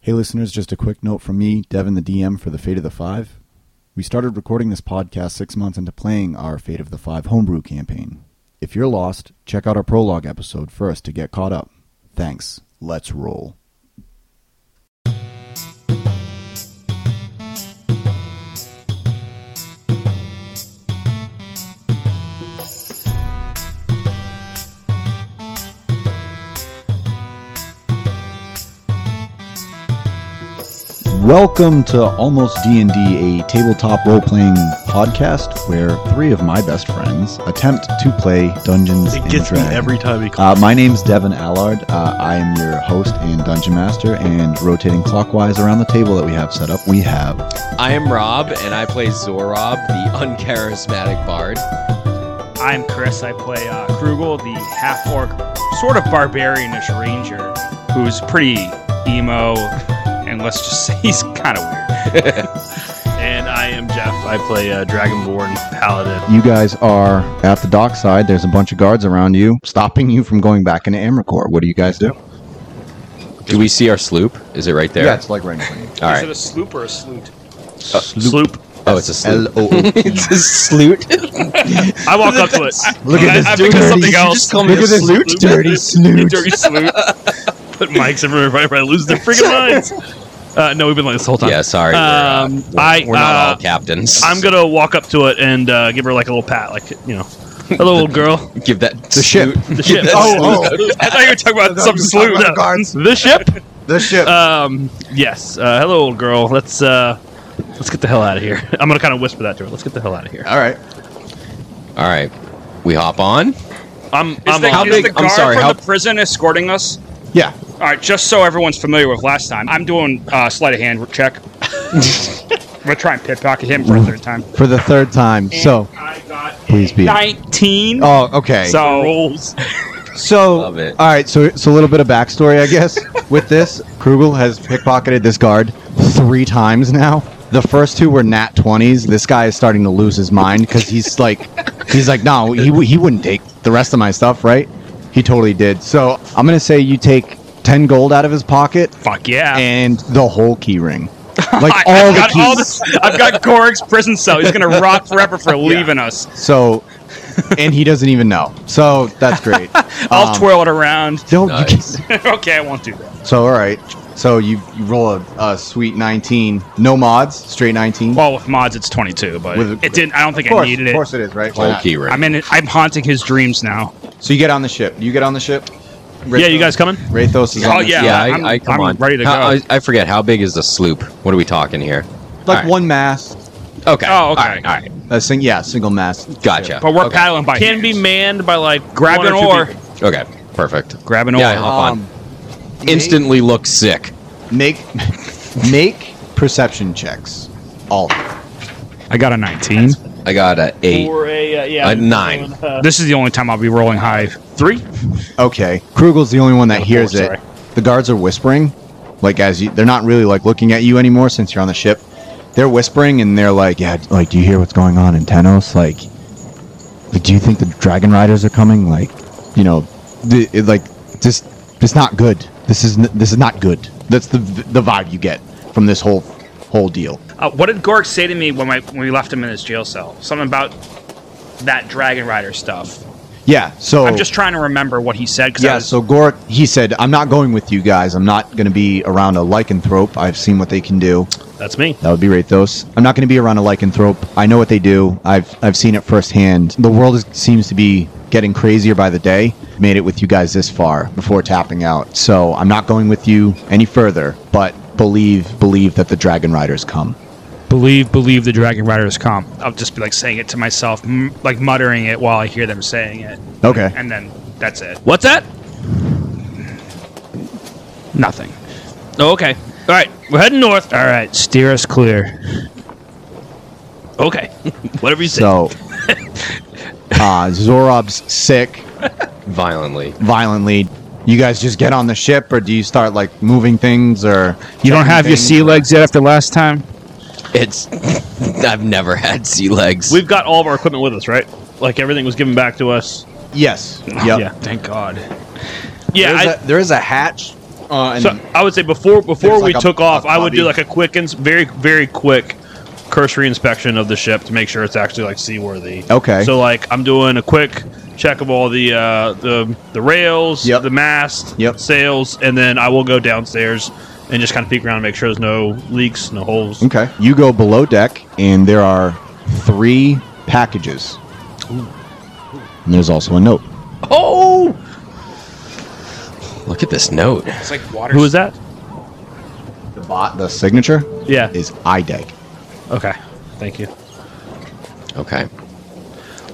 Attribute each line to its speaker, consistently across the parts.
Speaker 1: Hey, listeners, just a quick note from me, Devin the DM for the Fate of the Five. We started recording this podcast six months into playing our Fate of the Five homebrew campaign. If you're lost, check out our prologue episode first to get caught up. Thanks. Let's roll. Welcome to Almost D&D, a tabletop role-playing podcast where three of my best friends attempt to play Dungeons
Speaker 2: It
Speaker 1: and
Speaker 2: gets me
Speaker 1: Dragons.
Speaker 2: every time he comes.
Speaker 1: Uh, my name's Devin Allard. Uh, I am your host and dungeon master. And rotating clockwise around the table that we have set up, we have
Speaker 3: I am Rob, and I play Zorob, the uncharismatic bard.
Speaker 4: I'm Chris. I play uh, Krugel, the half orc, sort of barbarianish ranger, who's pretty emo, and let's just say he's kind of weird.
Speaker 2: and I am Jeff. I play uh, Dragonborn Paladin.
Speaker 1: you guys are at the dockside. There's a bunch of guards around you, stopping you from going back into Amricor. What do you guys do?
Speaker 3: Do we see our sloop? Is it right there?
Speaker 1: Yeah, it's like right in front of you.
Speaker 3: All
Speaker 4: Is it
Speaker 3: right.
Speaker 4: a sloop or a sloot?
Speaker 2: Sloop.
Speaker 3: Oh, it's a sloop.
Speaker 1: L-O-O-P.
Speaker 3: it's a sloot.
Speaker 2: I walk up to it.
Speaker 1: Look at
Speaker 2: I-
Speaker 1: this
Speaker 2: I
Speaker 1: dirty.
Speaker 2: think it's something else.
Speaker 3: me
Speaker 1: Look
Speaker 3: a
Speaker 1: at this
Speaker 3: sloot?
Speaker 1: dirty snoot.
Speaker 2: Dirty sloop. Put mics everywhere if I- if I lose their freaking minds. Uh, no, we've been like this the whole time.
Speaker 3: Yeah, sorry. we're, uh,
Speaker 2: Um,
Speaker 3: we're,
Speaker 2: I,
Speaker 3: we're not
Speaker 2: uh,
Speaker 3: all captains.
Speaker 2: I'm gonna walk up to it and uh, give her like a little pat, like you know, hello, little girl.
Speaker 3: give that
Speaker 1: The ship.
Speaker 2: The
Speaker 3: give
Speaker 2: ship.
Speaker 3: that
Speaker 1: Oh,
Speaker 3: sloot-
Speaker 2: I thought you were talking about
Speaker 1: I thought
Speaker 2: some
Speaker 1: you were
Speaker 2: sloop.
Speaker 1: talking about
Speaker 2: No.
Speaker 1: guards.
Speaker 2: The ship.
Speaker 1: The ship.
Speaker 4: Uh,
Speaker 2: Um, yes. Uh, hello, old girl. Let's uh, let's get the hell out of here. I'm gonna kind of whisper that to her. Let's get the hell out of here.
Speaker 1: All right.
Speaker 3: All right. We hop on.
Speaker 2: I'm.
Speaker 4: Is
Speaker 2: I'm
Speaker 4: the,
Speaker 2: on.
Speaker 3: how
Speaker 4: is
Speaker 3: big-
Speaker 4: the
Speaker 3: I'm
Speaker 4: guard
Speaker 3: sorry,
Speaker 4: from
Speaker 3: how-
Speaker 4: the prison escorting us?
Speaker 1: Yeah.
Speaker 4: All right, just so everyone's familiar with last time, I'm doing uh, sleight of hand check. I'm gonna try and pickpocket him for a third time.
Speaker 1: For the third time. So,
Speaker 4: I got
Speaker 1: please be.
Speaker 4: nineteen.
Speaker 1: Oh, okay.
Speaker 4: So
Speaker 2: rolls.
Speaker 1: So,
Speaker 3: Love it.
Speaker 1: all right. So, it's a little bit of backstory, I guess. with this, Krugel has pickpocketed this guard three times now. The first two were nat twenties. This guy is starting to lose his mind because he's like, he's like, no, he wou- he wouldn't take the rest of my stuff, right? He totally did. So, I'm gonna say you take ten gold out of his pocket
Speaker 2: Fuck yeah.
Speaker 1: and the whole key ring,
Speaker 4: I-
Speaker 1: like all
Speaker 4: I've
Speaker 1: the
Speaker 4: got
Speaker 1: keys.
Speaker 4: this- I've got Gorg's prison cell. He's gonna rot forever for leaving us.
Speaker 1: so, and he doesn't even know. So that's great.
Speaker 4: I'll
Speaker 1: Um,
Speaker 4: twirl it around.
Speaker 1: Don't you can-
Speaker 3: Nice.
Speaker 4: okay, I won't do that.
Speaker 1: So all right, so you, you roll a, a sweet nineteen, no mods, straight nineteen.
Speaker 4: Well, with mods, it's twenty-two, but
Speaker 1: With-
Speaker 4: it didn't. I don't think
Speaker 1: of course,
Speaker 4: I needed
Speaker 1: of course
Speaker 4: it.
Speaker 1: it is, right? Why
Speaker 3: Whole
Speaker 1: not?
Speaker 3: key ring.
Speaker 4: I'm in. It, I'm haunting his dreams now.
Speaker 1: So you get on the ship. You get on the ship.
Speaker 2: yeah, you guys coming?
Speaker 1: Wraithos is
Speaker 4: Oh,
Speaker 1: on the
Speaker 4: yeah,
Speaker 1: ship.
Speaker 3: yeah, I,
Speaker 4: I'm-
Speaker 3: I come
Speaker 4: I'm
Speaker 3: on.
Speaker 4: ready to
Speaker 3: How-
Speaker 4: go.
Speaker 3: I, I forget. How big is the sloop? What are we talking here?
Speaker 1: like
Speaker 3: All right.
Speaker 1: one mast.
Speaker 3: Okay.
Speaker 4: Oh, okay.
Speaker 3: All right. All right.
Speaker 1: A sing, yeah, single mast.
Speaker 3: Gotcha.
Speaker 4: But we're
Speaker 3: okay.
Speaker 4: paddling by.
Speaker 2: Can be
Speaker 4: hands.
Speaker 2: manned by like
Speaker 4: Grab
Speaker 2: one
Speaker 4: an
Speaker 2: or two
Speaker 4: oar.
Speaker 2: people.
Speaker 3: Okay. Perfect.
Speaker 4: Grab an
Speaker 3: Yeah,
Speaker 4: oar.
Speaker 3: I'll- Hop on. Instantly look sick.
Speaker 1: Um, Make make perception checks. All.
Speaker 4: I got a nineteen.
Speaker 3: I got a eight.
Speaker 2: Or a uh, yeah.
Speaker 3: A nine.
Speaker 2: Uh,
Speaker 4: This is the only time I'll be rolling high.
Speaker 2: three.
Speaker 1: Okay. Krugel's the only one that
Speaker 4: Yeah,
Speaker 1: hears
Speaker 4: four,
Speaker 1: it.
Speaker 4: Oh, sorry.
Speaker 1: The guards are whispering, like as you, they're not really like looking at you anymore since you're on the ship. They're whispering and they're like, "Yeah, like, do you hear what's going on in Tenos? Like, like, do you think the Dragon Riders are coming? Like, you know, the, it, like this, this not good. This is n- this is not good. That's the the vibe you get from this whole whole deal.
Speaker 4: Uh, what did Gorg say to me when, my, when we left him in his jail cell? Something about that Dragon Rider stuff.
Speaker 1: Yeah. So
Speaker 4: I'm just trying to remember what he said. 'cause I
Speaker 1: Yeah,
Speaker 4: was-
Speaker 1: so Gork, he said, I'm not going with you guys. I'm not going to be around a lycanthrope. I've seen what they can do.
Speaker 2: That's me.
Speaker 1: That would be Rathos. I'm not going to be around a lycanthrope. I know what they do. I've I've seen it firsthand. The world is, seems to be getting crazier by the day. Made it with you guys this far before tapping out. So I'm not going with you any further. But believe believe that the dragon riders come.
Speaker 4: believe, believe the Dragon Riders come. I'll just be like saying it to myself, m- like muttering it while I hear them saying it.
Speaker 1: Okay.
Speaker 4: And then that's it.
Speaker 2: What's that?
Speaker 4: Nothing.
Speaker 2: Oh, okay. All right, we're heading north.
Speaker 4: All right, steer us clear.
Speaker 2: Okay. Whatever you say.
Speaker 1: So uh, Zorob's sick
Speaker 3: Violently.
Speaker 1: violently. You guys just get on the ship, or do you start like moving things, or
Speaker 4: You don't have your
Speaker 1: things,
Speaker 4: sea
Speaker 1: or-
Speaker 4: legs yet after last time?
Speaker 3: It's. I've never had sea legs.
Speaker 2: We've got all of our equipment with us, right? Like everything was given back to us.
Speaker 1: Yes. Yep.
Speaker 2: Yeah.
Speaker 4: Thank God.
Speaker 2: Yeah.
Speaker 1: There's
Speaker 2: I,
Speaker 1: a- there is a hatch Uh, and
Speaker 2: So I would say before before
Speaker 1: There's
Speaker 2: we
Speaker 1: like a-
Speaker 2: took off,
Speaker 1: a
Speaker 2: I would do
Speaker 1: lobby.
Speaker 2: like a quick and very very quick cursory inspection of the ship to make sure it's actually like seaworthy.
Speaker 1: Okay.
Speaker 2: So like I'm doing a quick check of all the uh, the the rails,
Speaker 1: Yep.
Speaker 2: the mast,
Speaker 1: Yep.
Speaker 2: sails, and then I will go downstairs and just kind of peek around and make sure there's no leaks, no holes.
Speaker 1: okay, you go below deck, and there are three packages. And there's also a note.
Speaker 2: Oh,
Speaker 3: Look at this note.
Speaker 4: It's like water.
Speaker 2: who is that?
Speaker 1: The bot, the signature
Speaker 2: Yeah.
Speaker 1: is IDEG.
Speaker 2: Okay. Thank you.
Speaker 3: Okay.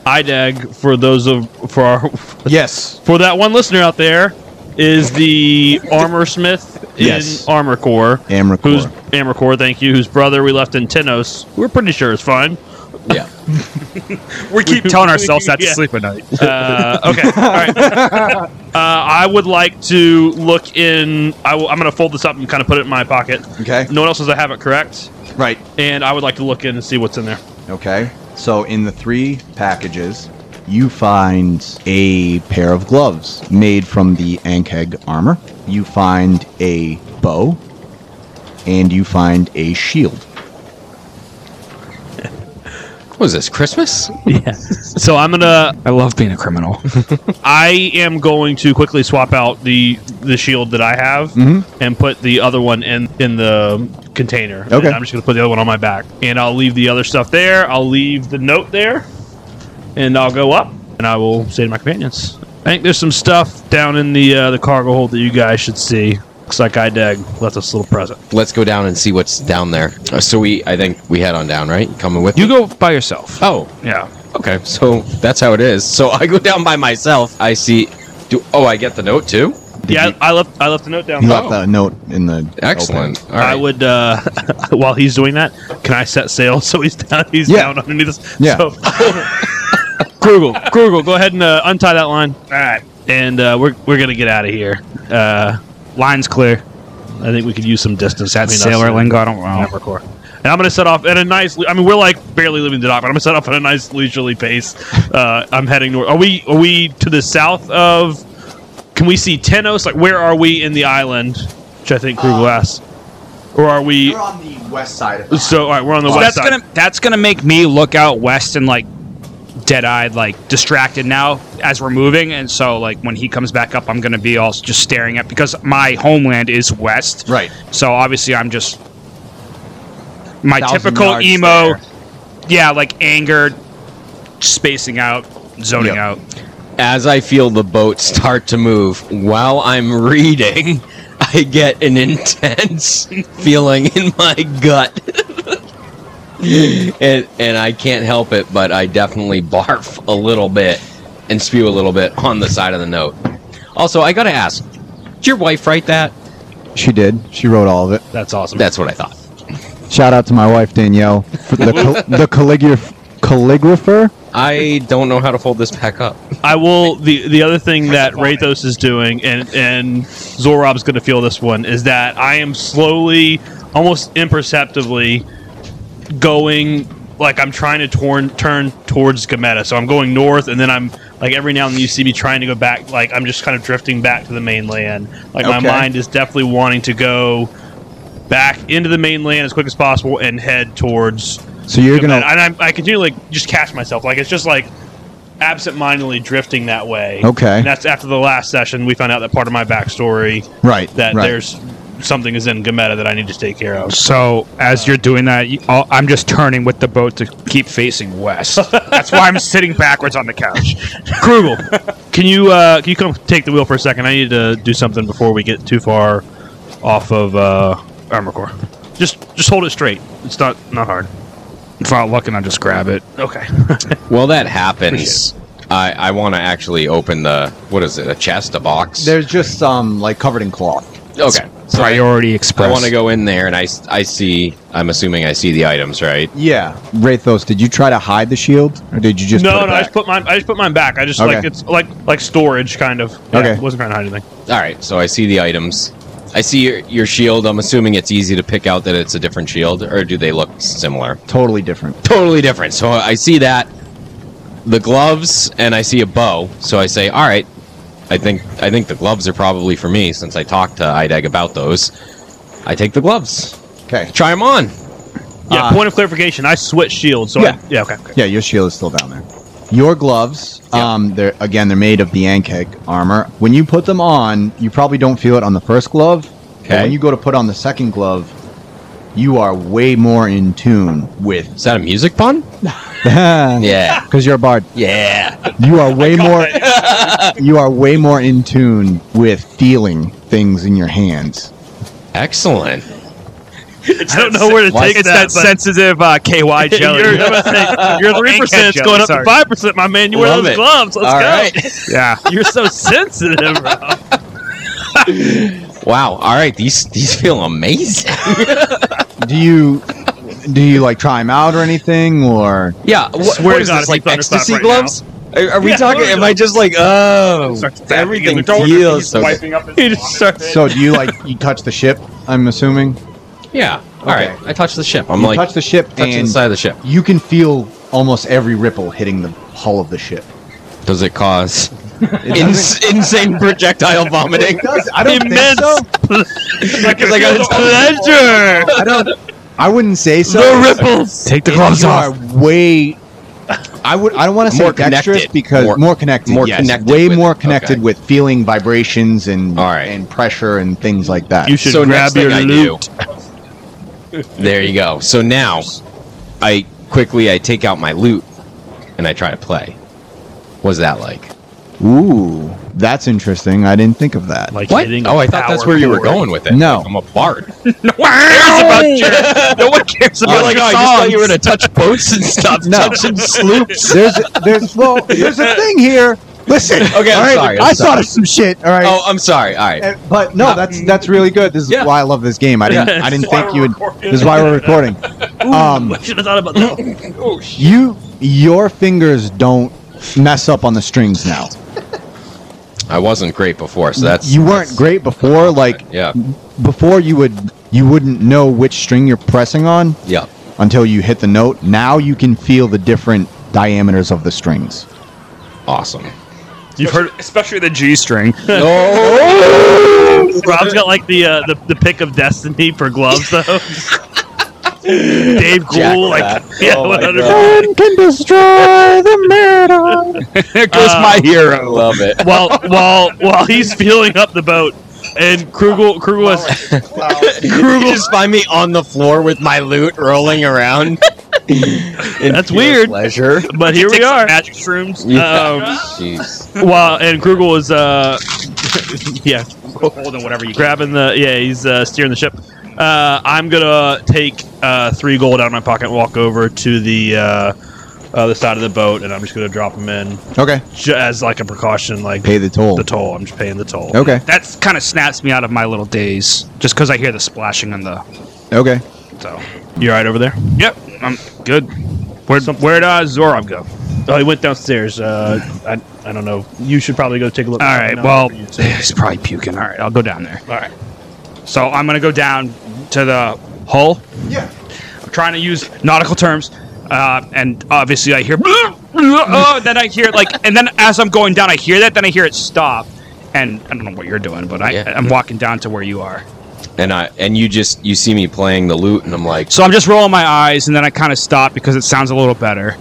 Speaker 2: IDAG for those of for our
Speaker 1: Yes.
Speaker 2: for that one listener out there is the armor smith in
Speaker 1: Yes.
Speaker 2: armor corps
Speaker 1: Armor Corps.
Speaker 2: who's armor corps thank you whose brother we left in tenos we're pretty sure is fine
Speaker 3: Yeah.
Speaker 4: We keep telling ourselves that to
Speaker 2: Yeah.
Speaker 4: sleep at night.
Speaker 2: uh, okay all right uh, i would like to look in I will, i'm going to fold this up and kind of put it in my pocket
Speaker 1: Okay.
Speaker 2: no one else says i have it correct
Speaker 1: Right.
Speaker 2: and i would like to look in and see what's in there
Speaker 1: Okay. So in the three packages, you find a pair of gloves made from the Ankeg armor. You find a bow, and you find a shield.
Speaker 3: What was this? Christmas?
Speaker 2: yeah so i'm going to
Speaker 4: I love being a criminal.
Speaker 2: I am going to quickly swap out the the shield that I have
Speaker 1: Mhm.
Speaker 2: and put the other one in in the container. And
Speaker 1: Okay.
Speaker 2: I'm just gonna put the other one on my back, and I'll leave the other stuff there. I'll leave the note there, and I'll go up, and I will say to my companions, "I think there's some stuff down in the uh, the cargo hold that you guys should see. Looks like I dug left us a little present.
Speaker 3: Let's go down and see what's down there. Uh, So we, I think we head on down, right? You Coming with
Speaker 4: You
Speaker 3: me?
Speaker 4: go by yourself.
Speaker 3: Oh,
Speaker 2: Yeah,
Speaker 3: okay. So that's how it is. So I go down by myself. I see. Do oh, I get the note too.
Speaker 2: yeah. I, I left I left the note down.
Speaker 1: You
Speaker 2: there.
Speaker 1: left that note in the
Speaker 3: Excellent.
Speaker 1: open.
Speaker 3: All right.
Speaker 2: I would uh, while he's doing that. Can I set sail so he's down? He's
Speaker 1: Yeah.
Speaker 2: down underneath us.
Speaker 1: Yeah.
Speaker 2: So, Krugel, Krugel, go ahead and uh, untie that line. All right, and uh, we're we're gonna get out of here. Uh, line's clear. I think we could use some distance.
Speaker 4: That's
Speaker 2: between us
Speaker 4: Sailor
Speaker 2: and-
Speaker 4: Lingo. I don't
Speaker 2: and
Speaker 4: know.
Speaker 2: Ambercore. And I'm gonna set off at a nice. I mean, we're like barely leaving the dock, but I'm gonna set off at a nice leisurely pace. Uh, I'm heading north. Are we? Are we to the south of? Can we see Tenos? Like, where are we in the island? Which I think
Speaker 4: Uh,
Speaker 2: Krugel asked. Or are we?
Speaker 1: You're on the west side of the
Speaker 2: So all right, we're on the
Speaker 4: So
Speaker 2: west
Speaker 4: that's
Speaker 2: side.
Speaker 4: gonna that's gonna make me look out west and like dead eyed, like distracted now as we're moving. And so like when he comes back up, I'm gonna be all just staring at because my homeland is west.
Speaker 1: Right.
Speaker 4: So obviously I'm just my
Speaker 1: Thousand
Speaker 4: typical
Speaker 1: yards
Speaker 4: emo.
Speaker 1: there.
Speaker 4: Yeah, like angered, spacing out, zoning
Speaker 1: Yep.
Speaker 4: out.
Speaker 3: As I feel the boat start to move while I'm reading, I get an intense feeling in my gut. and and I can't help it, but I definitely barf a little bit and spew a little bit on the side of the note. Also, I got to ask, did your wife write that?
Speaker 1: She did. She wrote all of it.
Speaker 2: That's awesome.
Speaker 3: That's what I thought.
Speaker 1: Shout out to my wife Danielle, for the cal- the calligraph- calligrapher.
Speaker 3: I don't know how to fold this back up.
Speaker 2: I will. the The other thing that Rathos is doing, and and Zorob's going to feel this one, is that I am slowly, almost imperceptibly, going like I'm trying to torn, turn towards Gameta. So I'm going north, and then I'm like every now and then you see me trying to go back. Like I'm just kind of drifting back to the mainland. Like my
Speaker 1: Okay.
Speaker 2: mind is definitely wanting to go back into the mainland as quick as possible and head towards
Speaker 1: So you're
Speaker 2: and
Speaker 1: gonna.
Speaker 2: I, I continually like, just catch myself. Like it's just like absentmindedly drifting that way.
Speaker 1: Okay.
Speaker 2: And that's after the last session we found out that part of my backstory
Speaker 1: Right.
Speaker 2: that
Speaker 1: right.
Speaker 2: there's something is in Gameta that I need to take care of.
Speaker 4: So
Speaker 1: Uh,
Speaker 4: as you're doing that, you, I'll, I'm just turning with the boat to keep facing west. That's why I'm sitting backwards on the couch.
Speaker 2: Krugel, can you uh, can you come take the wheel for a second? I need to do something before we get too far off of uh, armor core. Just just hold it straight. It's not not hard.
Speaker 4: Without looking, I just grab it.
Speaker 2: Okay.
Speaker 3: Well, that happens. I, I want to actually open the what is it? A chest, a box?
Speaker 1: There's just um like covered in cloth.
Speaker 3: okay. So I-
Speaker 4: Priority
Speaker 3: I
Speaker 4: express.
Speaker 3: want to go in there and I, s- I see, I'm assuming I see the items, right?
Speaker 1: Yeah, Rathos, did you try to hide the shield, or did you just?
Speaker 2: no,
Speaker 1: put
Speaker 2: no,
Speaker 1: it
Speaker 2: I
Speaker 1: back?
Speaker 2: just put mine. I just put mine back. I just like
Speaker 1: Okay.
Speaker 2: it's like like storage kind of. Yeah,
Speaker 1: Okay.
Speaker 2: Wasn't trying to hide anything.
Speaker 3: All right, so I see the items. I see your, your shield. I'm assuming it's easy to pick out that it's a different shield, or do they look similar?
Speaker 1: totally different.
Speaker 3: Totally different. So I see that, the gloves, and I see a bow. So I say, all right, I think I think the gloves are probably for me since I talked to Ideg about those. I take the gloves.
Speaker 1: Okay.
Speaker 3: Try them on.
Speaker 2: Yeah.
Speaker 1: Uh,
Speaker 2: point of clarification. I switch shields. So I-
Speaker 1: Yeah.
Speaker 2: yeah. Okay. okay.
Speaker 1: Yeah, your shield is still down there. Your gloves, um, they're again, they're made of the Ankeg armor. When you put them on, you probably don't feel it on the first glove. but
Speaker 3: Okay.
Speaker 1: When you go to put on the second glove, you are way more in tune with.
Speaker 3: Is that a music pun?
Speaker 1: yeah.
Speaker 3: Yeah.
Speaker 1: Because you're a bard,
Speaker 3: Yeah.
Speaker 1: you are way more.
Speaker 2: it.
Speaker 1: you are way more in tune with feeling things in your hands.
Speaker 3: Excellent.
Speaker 2: I don't know where to
Speaker 3: Why-
Speaker 2: take
Speaker 3: It's
Speaker 2: that. but-
Speaker 4: sensitive uh, KY
Speaker 2: You're, I'm gonna say, you're three percent. It's
Speaker 4: jelly,
Speaker 2: going up to
Speaker 4: sorry.
Speaker 2: five percent, my man. You wear
Speaker 3: Love
Speaker 2: those
Speaker 3: it.
Speaker 2: gloves. Let's
Speaker 3: All
Speaker 2: go.
Speaker 3: right.
Speaker 4: yeah.
Speaker 2: You're so sensitive, bro.
Speaker 3: Wow. All right. These these feel amazing.
Speaker 1: Do you? Do you like try them out or anything, or
Speaker 3: Yeah. Wh-
Speaker 2: Swear
Speaker 3: what
Speaker 2: to
Speaker 3: is
Speaker 2: God,
Speaker 3: this
Speaker 2: if you
Speaker 3: like
Speaker 2: thunderclap
Speaker 3: ecstasy
Speaker 2: right
Speaker 3: gloves? Are, are we
Speaker 2: Yeah,
Speaker 3: talking? Am I
Speaker 2: thunderclap.
Speaker 3: just like oh? Everything feels so. good.
Speaker 2: He just starts.
Speaker 1: so? Do you like you touch the ship? I'm assuming.
Speaker 3: Yeah. All right.
Speaker 1: Okay.
Speaker 3: I touch the ship. I'm
Speaker 1: you
Speaker 3: like
Speaker 1: touch the ship
Speaker 3: touching
Speaker 1: and
Speaker 3: the side of the ship.
Speaker 1: you can feel almost every ripple hitting the hull of the ship.
Speaker 3: Does it cause ins- insane projectile vomiting?
Speaker 1: I don't
Speaker 2: immense
Speaker 3: Because I got
Speaker 2: pleasure.
Speaker 1: I don't. I wouldn't say so.
Speaker 3: the ripples.
Speaker 1: Take the gloves off. way. I would. I don't want to say
Speaker 3: More
Speaker 1: dexterous
Speaker 3: connected.
Speaker 1: because
Speaker 3: More-
Speaker 1: more, connected.
Speaker 3: more
Speaker 1: yes.
Speaker 3: connected
Speaker 1: Way
Speaker 3: with
Speaker 1: more
Speaker 3: it.
Speaker 1: connected
Speaker 3: Okay.
Speaker 1: with feeling vibrations and
Speaker 3: All right.
Speaker 1: and pressure and things like that.
Speaker 2: You should
Speaker 3: So next
Speaker 2: grab
Speaker 3: thing I do-
Speaker 2: your loot.
Speaker 3: There you go. So now, I quickly I take out my loot and I try to play. What's that like?
Speaker 1: Ooh, that's interesting. I didn't think of that.
Speaker 2: Like
Speaker 3: What?
Speaker 2: hitting a
Speaker 3: Oh, I thought that's
Speaker 2: power
Speaker 3: where you were
Speaker 2: chord.
Speaker 3: going with it.
Speaker 1: No.
Speaker 3: Like, I'm a bard.
Speaker 2: No one cares
Speaker 3: You're
Speaker 2: about
Speaker 3: like,
Speaker 2: your
Speaker 3: oh, I just thought
Speaker 2: songs.
Speaker 3: you were gonna touch boats and stuff.
Speaker 1: No.
Speaker 3: Touching sloops.
Speaker 1: there's there's well there's a thing here. Listen.
Speaker 3: Okay, I'm
Speaker 1: all right,
Speaker 3: sorry, I'm
Speaker 1: I
Speaker 3: sorry.
Speaker 1: thought of some shit. All right.
Speaker 3: Oh, I'm sorry. All right.
Speaker 1: Uh, But no, that's that's really good. This is
Speaker 3: Yeah.
Speaker 1: why I love this game. I didn't
Speaker 2: Yeah.
Speaker 1: I didn't
Speaker 2: This is why
Speaker 1: think
Speaker 2: we're
Speaker 1: you would.
Speaker 2: recording.
Speaker 1: This is why we're recording. Um,
Speaker 2: I should have thought about that.
Speaker 3: Oh,
Speaker 1: you your fingers don't mess up on the strings now.
Speaker 3: I wasn't great before, so that's
Speaker 1: you weren't great before. Like
Speaker 3: yeah,
Speaker 1: before, you would you wouldn't know which string you're pressing on
Speaker 3: yeah.
Speaker 1: until you hit the note. Now you can feel the different diameters of the strings.
Speaker 3: Awesome.
Speaker 2: You've heard
Speaker 4: especially the G string.
Speaker 1: Oh,
Speaker 2: Rob's got like the uh, the, the pick of destiny for gloves though. Dave
Speaker 3: Jack
Speaker 2: Grohl, like
Speaker 3: that.
Speaker 2: yeah,
Speaker 3: Oh my
Speaker 2: 100.
Speaker 3: God.
Speaker 1: can destroy the metal.
Speaker 3: There goes my hero. Love it.
Speaker 2: While while while he's fueling up the boat, and Krugel Krugel is
Speaker 3: You just find me on the floor with my loot rolling around. In
Speaker 2: That's
Speaker 3: pure
Speaker 2: weird.
Speaker 3: Pleasure.
Speaker 4: Um,
Speaker 2: But here we
Speaker 4: Take some
Speaker 2: are.
Speaker 4: Magic shrooms.
Speaker 2: Um,
Speaker 3: Jeez.
Speaker 2: well, and Krugel is uh, yeah,
Speaker 4: Holding whatever you grab.
Speaker 2: grabbing the yeah, he's uh, steering the ship. Uh, I'm gonna take uh, three gold out of my pocket, walk over to the uh, other side of the boat, and I'm just gonna drop them in
Speaker 1: Okay,
Speaker 2: ju- as like a precaution, like
Speaker 1: pay the toll.
Speaker 2: the toll. I'm just paying the toll.
Speaker 1: Okay,
Speaker 4: That kind of snaps me out of my little daze, just because I hear the splashing on the.
Speaker 1: okay.
Speaker 4: So.
Speaker 2: You all right over there?
Speaker 4: Yep, I'm good. Where where'd uh, Zorob go?
Speaker 2: Oh, he went downstairs. Uh, I, I don't know. You should probably go take a look.
Speaker 4: All right.
Speaker 2: No,
Speaker 4: Well,
Speaker 2: you too.
Speaker 4: he's probably puking. All right, I'll go down there.
Speaker 2: all right.
Speaker 4: So I'm gonna go down to the hull.
Speaker 1: Yeah.
Speaker 4: I'm trying to use nautical terms, uh, and obviously I hear. oh, then I hear like, and then as I'm going down, I hear that. Then I hear it stop, and I don't know what you're doing, but I,
Speaker 3: Yeah.
Speaker 4: I'm walking down to where you are.
Speaker 3: And I and you just you see me playing the loot, and I'm like,
Speaker 4: So I'm just rolling my eyes, and then I kind of stop because it sounds a little better.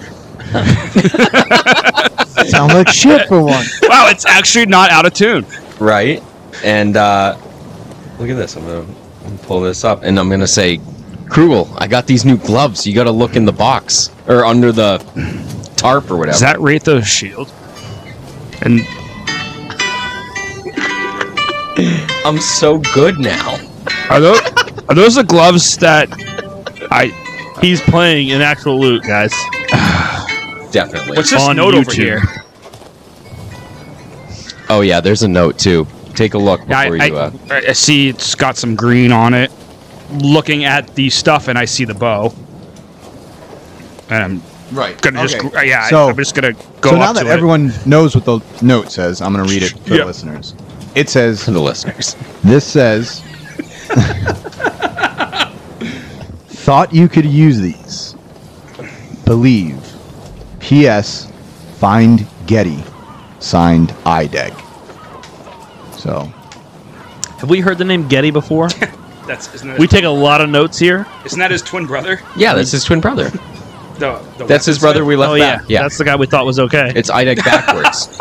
Speaker 1: Sound like shit for one.
Speaker 4: wow, it's actually not out of tune.
Speaker 3: right? And uh, look at this. I'm gonna I'm gonna pull this up, and I'm gonna say, "Cruel, I got these new gloves. You gotta look in the box or under the tarp or whatever."
Speaker 4: Is that Ratho's shield? And
Speaker 3: I'm so good now.
Speaker 4: are those are those the gloves that I?
Speaker 2: He's playing an actual loot, guys.
Speaker 3: Definitely.
Speaker 4: What's this
Speaker 2: On
Speaker 4: note over
Speaker 2: YouTube.
Speaker 4: here?
Speaker 3: oh yeah, there's a note too. Take a look
Speaker 4: I,
Speaker 3: before
Speaker 4: I-
Speaker 3: you. Uh,
Speaker 4: I- I see it's got some green on it. Looking at the stuff, and I see the bow. And
Speaker 1: Right.
Speaker 4: I'm gonna just uh, yeah.
Speaker 1: So-
Speaker 4: I'm just gonna go
Speaker 1: so now
Speaker 4: up
Speaker 1: that
Speaker 4: to it.
Speaker 1: everyone knows what the note says, I'm going to read it for
Speaker 4: Yeah.
Speaker 1: the listeners. It says,
Speaker 3: for the listeners.
Speaker 1: This says, Thought you could use these. Believe. P.S. Find Getty. Signed IDEG. E So
Speaker 2: Have we heard the name Getty before?
Speaker 4: That's isn't that,
Speaker 2: we take a lot of notes here.
Speaker 4: isn't that his twin brother?
Speaker 3: Yeah, that's his twin brother.
Speaker 4: The, the
Speaker 3: That's his
Speaker 4: weapons
Speaker 3: brother we
Speaker 4: guy?
Speaker 3: left
Speaker 2: oh yeah,
Speaker 3: back. Yeah.
Speaker 2: that's the guy we thought was okay.
Speaker 3: It's Idek backwards.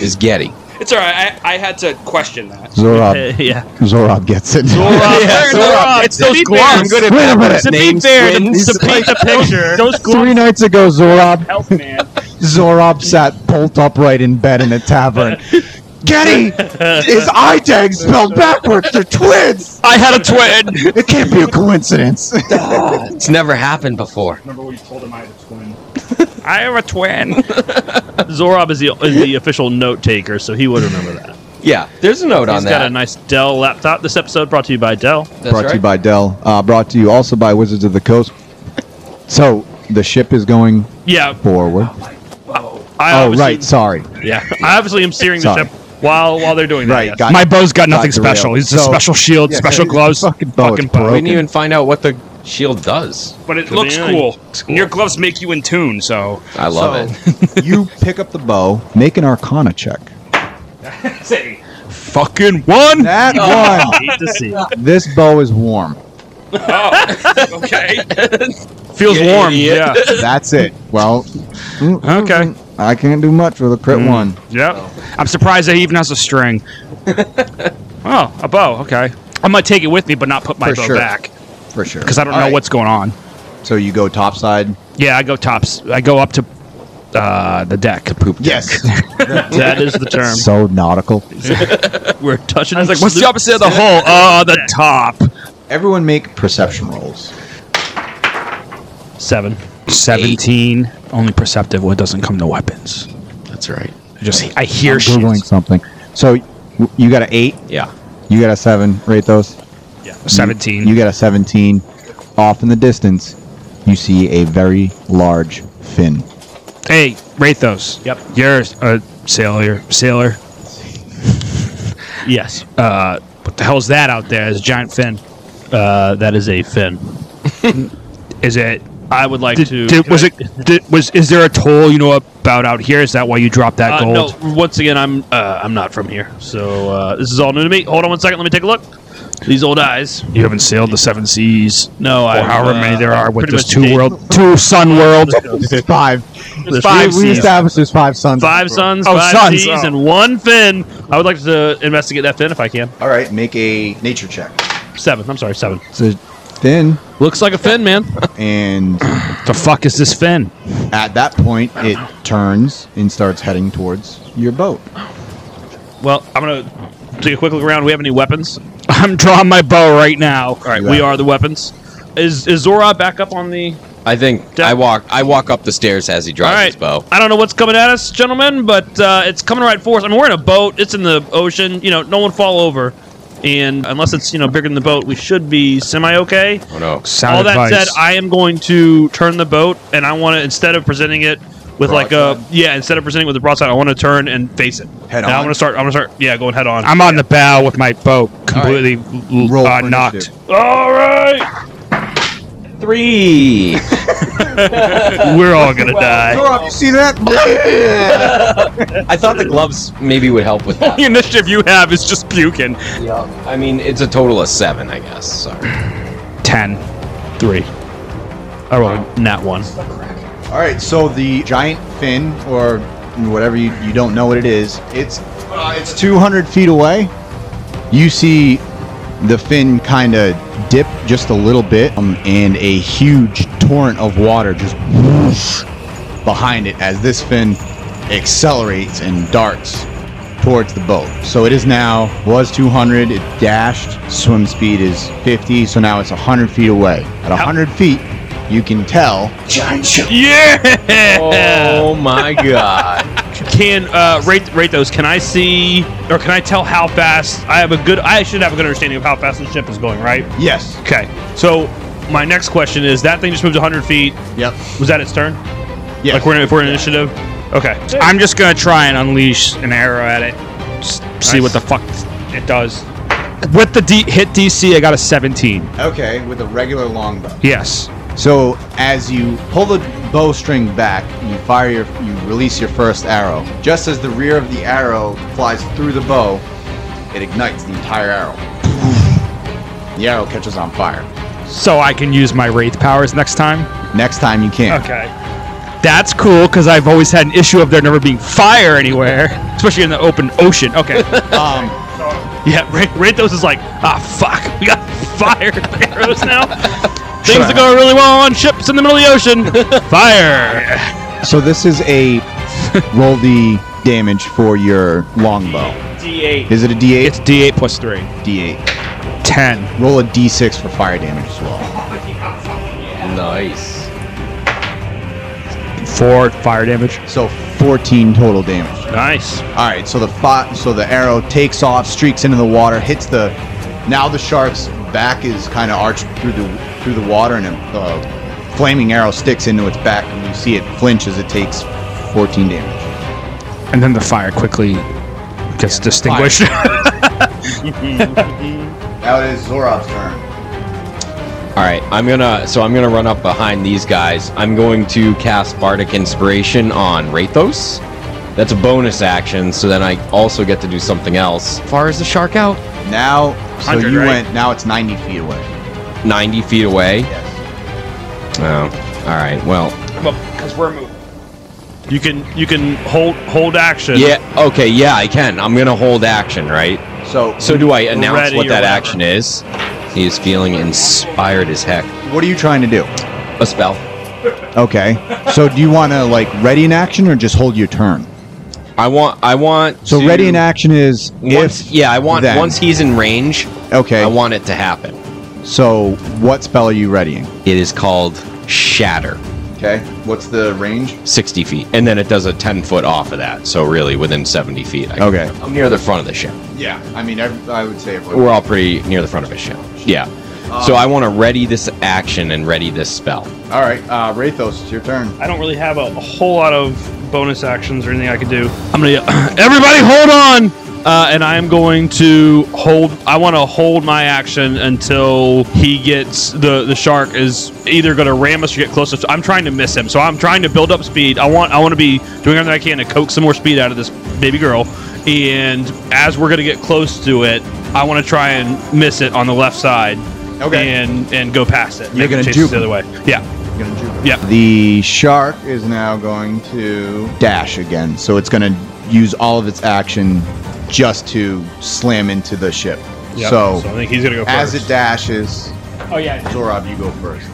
Speaker 3: is Getty.
Speaker 4: It's all right. I, I had to question that.
Speaker 1: Zorob,
Speaker 2: yeah.
Speaker 1: Zorob gets it.
Speaker 2: Zorob. Yeah, Zorob.
Speaker 3: It's those
Speaker 2: To be fair-
Speaker 3: Guam. I'm good at
Speaker 1: Wait a minute.
Speaker 3: backwards
Speaker 2: To be
Speaker 3: names,
Speaker 2: fair, to, to
Speaker 3: twins.
Speaker 2: paint the picture, those
Speaker 1: Three nights ago, Zorob,
Speaker 4: Health man.
Speaker 1: Zorob sat bolt upright in bed in a tavern. Getty is eye tag spelled backwards. They're twins.
Speaker 2: I had a twin.
Speaker 1: It can't be a coincidence.
Speaker 3: It's never happened before.
Speaker 4: Remember when you told him I had a twin? I have a twin.
Speaker 2: Zorob is the is the official note taker, so he would remember that.
Speaker 3: Yeah, there's a note on
Speaker 2: He's got
Speaker 3: that.
Speaker 2: a nice Dell laptop. This episode brought to you by Dell.
Speaker 3: That's
Speaker 1: brought to you
Speaker 3: right.
Speaker 1: by Dell. Uh, brought to you also by Wizards of the Coast. So the ship is going
Speaker 2: Yeah.
Speaker 1: forward.
Speaker 2: I
Speaker 1: Oh,
Speaker 2: obviously-
Speaker 1: right. Sorry.
Speaker 2: Yeah. I obviously am steering the
Speaker 1: Sorry.
Speaker 2: ship while while they're doing that.
Speaker 1: Right,
Speaker 2: yes.
Speaker 1: got-
Speaker 5: My bow's got nothing
Speaker 1: Dr.
Speaker 5: special.
Speaker 1: Rail.
Speaker 5: It's just
Speaker 1: So-
Speaker 5: special shield,
Speaker 1: Yeah,
Speaker 5: special
Speaker 1: his
Speaker 5: gloves.
Speaker 1: fucking bow,
Speaker 5: fucking
Speaker 1: it's broken.
Speaker 5: bow.
Speaker 3: We didn't even find out what the shield does.
Speaker 4: But it
Speaker 2: Could
Speaker 4: looks
Speaker 2: be
Speaker 4: cool.
Speaker 2: anything.
Speaker 4: And your gloves make you in tune, so.
Speaker 3: I love it.
Speaker 1: it. you pick up the bow, make an Arcana check.
Speaker 4: Say,
Speaker 5: Fucking one.
Speaker 1: That
Speaker 2: I
Speaker 3: Oh.
Speaker 1: one.
Speaker 2: hate to see. it.
Speaker 1: This bow is warm.
Speaker 4: oh, okay.
Speaker 2: Feels
Speaker 3: You
Speaker 2: warm.
Speaker 3: idiot.
Speaker 2: Yeah.
Speaker 1: That's it. Well, mm, mm,
Speaker 4: Okay. Mm.
Speaker 1: mm. I can't do much with a crit one.
Speaker 4: Yep. I'm surprised that he even has a string. oh, a bow. Okay. I'm gonna take it with me, but not put my
Speaker 1: For
Speaker 4: bow
Speaker 1: sure.
Speaker 4: back
Speaker 1: For sure.
Speaker 4: because I don't
Speaker 1: All
Speaker 4: know
Speaker 1: right.
Speaker 4: what's going on.
Speaker 1: So you go topside.
Speaker 4: Yeah, I go tops. I go up to uh, the deck. Poop. Deck.
Speaker 2: That is the term.
Speaker 1: so nautical.
Speaker 2: We're touching.
Speaker 4: I was like, what's the opposite of the hole? Uh, the top.
Speaker 1: Everyone make perception rolls.
Speaker 2: Seven.
Speaker 4: 17. Only perceptive. What doesn't come to weapons.
Speaker 3: That's right.
Speaker 4: I just I hear shit.
Speaker 1: Googling something. So w- you got an eight.
Speaker 3: Yeah.
Speaker 1: You got a seven. Rate those.
Speaker 4: 17.
Speaker 1: You got a 17. Off in the distance, you see a very large fin.
Speaker 4: hey, rate those.
Speaker 2: Yep.
Speaker 4: You're a sailor. Sailor.
Speaker 2: Yes.
Speaker 4: Uh, what the hell's that out there? It's a giant fin.
Speaker 2: Uh, that is a fin.
Speaker 4: Is it
Speaker 2: I would like
Speaker 4: Did-
Speaker 2: to.
Speaker 4: did- was it did, was is there a toll you know about out here? Is that why you dropped that
Speaker 2: Uh,
Speaker 4: gold?
Speaker 2: no. Once again, I'm uh, I'm not from here, so uh, this is all new to me. Hold on one second. Let me take a look. These old eyes.
Speaker 5: You haven't sailed the seven seas.
Speaker 2: No, I. uh,
Speaker 5: Or however
Speaker 4: uh,
Speaker 5: many there are with this two
Speaker 2: worlds.
Speaker 5: world, two sun world.
Speaker 1: Five.
Speaker 2: There's
Speaker 1: Five.
Speaker 2: five
Speaker 1: We
Speaker 2: seas.
Speaker 1: established there's five sons.
Speaker 2: Five suns,
Speaker 5: Oh,
Speaker 2: five
Speaker 5: suns,
Speaker 2: seas,
Speaker 5: oh.
Speaker 2: and one fin. I would like to investigate that fin if I can.
Speaker 1: All right, make a nature check.
Speaker 2: Seven. I'm sorry, seven.
Speaker 1: It's a fin,
Speaker 2: Looks like a fin, man.
Speaker 1: and
Speaker 4: The fuck is this fin?
Speaker 1: at that point, it turns and starts heading towards your boat.
Speaker 2: well, I'm gonna take a quick look around. We have any weapons? All
Speaker 4: I'm drawing my bow right now.
Speaker 2: right,
Speaker 1: You
Speaker 2: we
Speaker 1: have-
Speaker 2: are the weapons. Is is Zora back up on the?
Speaker 3: I think I walk. I walk up the stairs as he
Speaker 2: All
Speaker 3: drives
Speaker 2: right.
Speaker 3: his bow.
Speaker 2: I don't know what's coming at us, gentlemen, but uh, it's coming right for us. I mean, we're in a boat. It's in the ocean. You know, no one fall over. And unless it's you know bigger than the boat, we should be semi okay.
Speaker 3: Oh no!
Speaker 5: Sound
Speaker 2: All that
Speaker 5: advice.
Speaker 2: said, I am going to turn the boat, and I want to instead of presenting it with like a yeah, instead of presenting with the broadside, I want to turn and face it.
Speaker 1: Head
Speaker 2: And
Speaker 1: on?
Speaker 2: I'm gonna start. I'm gonna start. Yeah, going head on.
Speaker 5: I'm on the bow with my bow completely l-
Speaker 1: Roll
Speaker 5: uh,
Speaker 1: for
Speaker 5: knocked.
Speaker 1: initiative.
Speaker 2: All right,
Speaker 3: Three.
Speaker 2: we're all gonna die.
Speaker 1: Zorob, you see that?
Speaker 3: I thought the gloves maybe would help with that.
Speaker 4: The initiative you have is just puking.
Speaker 3: I mean, it's a total of seven, I guess. Sorry.
Speaker 4: Ten.
Speaker 2: Three.
Speaker 5: Oh,
Speaker 2: I rolled a nat one.
Speaker 1: All right, so the giant fin, or whatever you, you don't know what it is, it's uh, it's 200 feet away. You see the fin kind of dip just a little bit, um, and a huge torrent of water just whoosh behind it as this fin accelerates and darts towards the boat. So it is now was 200. It dashed. Swim speed is 50. So now it's 100 feet away. At 100 feet, you can tell
Speaker 2: Yeah.
Speaker 3: Oh my god!
Speaker 2: Can uh, rate rate those? Can I see or can I tell how fast? I have a good. I should have a good understanding of how fast the ship is going, right?
Speaker 1: Yes.
Speaker 2: Okay. So my next question is: that thing just moved 100 feet.
Speaker 1: Yep.
Speaker 2: Was that its turn?
Speaker 1: Yes.
Speaker 2: Like we're in, if we're in initiative. Okay.
Speaker 4: I'm just gonna try and unleash an arrow at it. Just see what the fuck it does. With the D- hit DC, I got a 17.
Speaker 1: okay with a regular longbow.
Speaker 4: Yes.
Speaker 1: So as you pull the bowstring back, you fire your, you release your first arrow. Just as the rear of the arrow flies through the bow, It ignites the entire arrow. The arrow catches on fire.
Speaker 5: So I can use my wraith powers next time.
Speaker 1: Next time you can't.
Speaker 5: Okay. That's cool because I've always had an issue of there never being fire anywhere, especially in the open ocean. Okay.
Speaker 1: Um,
Speaker 2: Yeah, Ra- Rathos is like, ah, fuck, we got fire arrows now. Things are going really well on ships in the middle of the ocean. Fire.
Speaker 1: so this is a roll the damage for your longbow.
Speaker 4: D8.
Speaker 1: Is it a D8?
Speaker 5: It's D8 plus 3.
Speaker 1: D8.
Speaker 5: 10.
Speaker 1: Roll a D6 for fire damage as well.
Speaker 3: Nice.
Speaker 5: 4 fire damage.
Speaker 1: So 14 total damage.
Speaker 2: Nice.
Speaker 1: All right, so the fo- so the arrow takes off, streaks into the water, hits the. Now the shark's back is kind of arched through the through the water, and a uh, flaming arrow sticks into its back, and you see it flinch as it takes 14 damage.
Speaker 5: And then the fire quickly gets distinguished.
Speaker 1: Now it is Zorov's turn.
Speaker 3: All right, I'm gonna. So I'm gonna run up behind these guys. I'm going to cast Bardic Inspiration on Rathos. That's a bonus action, so then I also get to do something else. Far as the shark out,
Speaker 1: Now, so
Speaker 4: 100,
Speaker 1: you
Speaker 4: right?
Speaker 1: went. Now it's 90 feet away.
Speaker 3: 90 feet away.
Speaker 1: Yes.
Speaker 3: Oh, all right. Well,
Speaker 4: Because we're moving.
Speaker 2: You can you can hold hold action.
Speaker 3: yeah. Okay, yeah, I can. I'm gonna hold action, right?
Speaker 1: So,
Speaker 3: So do I announce
Speaker 2: Ready
Speaker 3: what
Speaker 2: or
Speaker 3: that
Speaker 2: whatever.
Speaker 3: action is? He is feeling inspired as heck.
Speaker 1: what are you trying to do?
Speaker 3: A spell.
Speaker 1: Okay. So, do you want to like ready in action or just hold your turn?
Speaker 3: I want. I want.
Speaker 1: So,
Speaker 3: to-
Speaker 1: ready in action is
Speaker 3: Once,
Speaker 1: if
Speaker 3: yeah, I want.
Speaker 1: then.
Speaker 3: Once he's in range,
Speaker 1: okay.
Speaker 3: I want it to happen.
Speaker 1: so, what spell are you readying?
Speaker 3: It is called Shatter.
Speaker 1: Okay. What's the range?
Speaker 3: 60 feet, and then it does a 10 foot off of that. So really, within 70 feet. I
Speaker 1: Okay.
Speaker 3: I'm near the front of the ship.
Speaker 1: Yeah, I mean, I, I would say everyone.
Speaker 3: We're all pretty near the front of a ship. Yeah. so I want to ready this action and ready this spell.
Speaker 1: All right, uh, Rathos, it's your turn.
Speaker 2: I don't really have a, a whole lot of bonus actions or anything I could do. I'm gonna everybody hold on, uh, and I am going to hold. I want to hold my action until he gets the the shark is either gonna ram us or get close. To, I'm trying to miss him, so I'm trying to build up speed. I want I want to be doing everything I can to coax some more speed out of this baby girl. And as we're gonna get close to it, I want to try and miss it on the left side.
Speaker 1: Okay.
Speaker 2: And and go past it.
Speaker 1: You're
Speaker 2: Make
Speaker 1: gonna
Speaker 2: it chase
Speaker 1: juke
Speaker 2: us the
Speaker 1: him.
Speaker 2: other way. Yeah. Yeah.
Speaker 1: The shark is now going to dash again, so it's going to use all of its action just to slam into the ship.
Speaker 2: Yep.
Speaker 1: So,
Speaker 2: I think he's gonna go
Speaker 1: as
Speaker 2: first.
Speaker 1: it dashes,
Speaker 4: Oh, yeah.
Speaker 1: Zorob, you go first.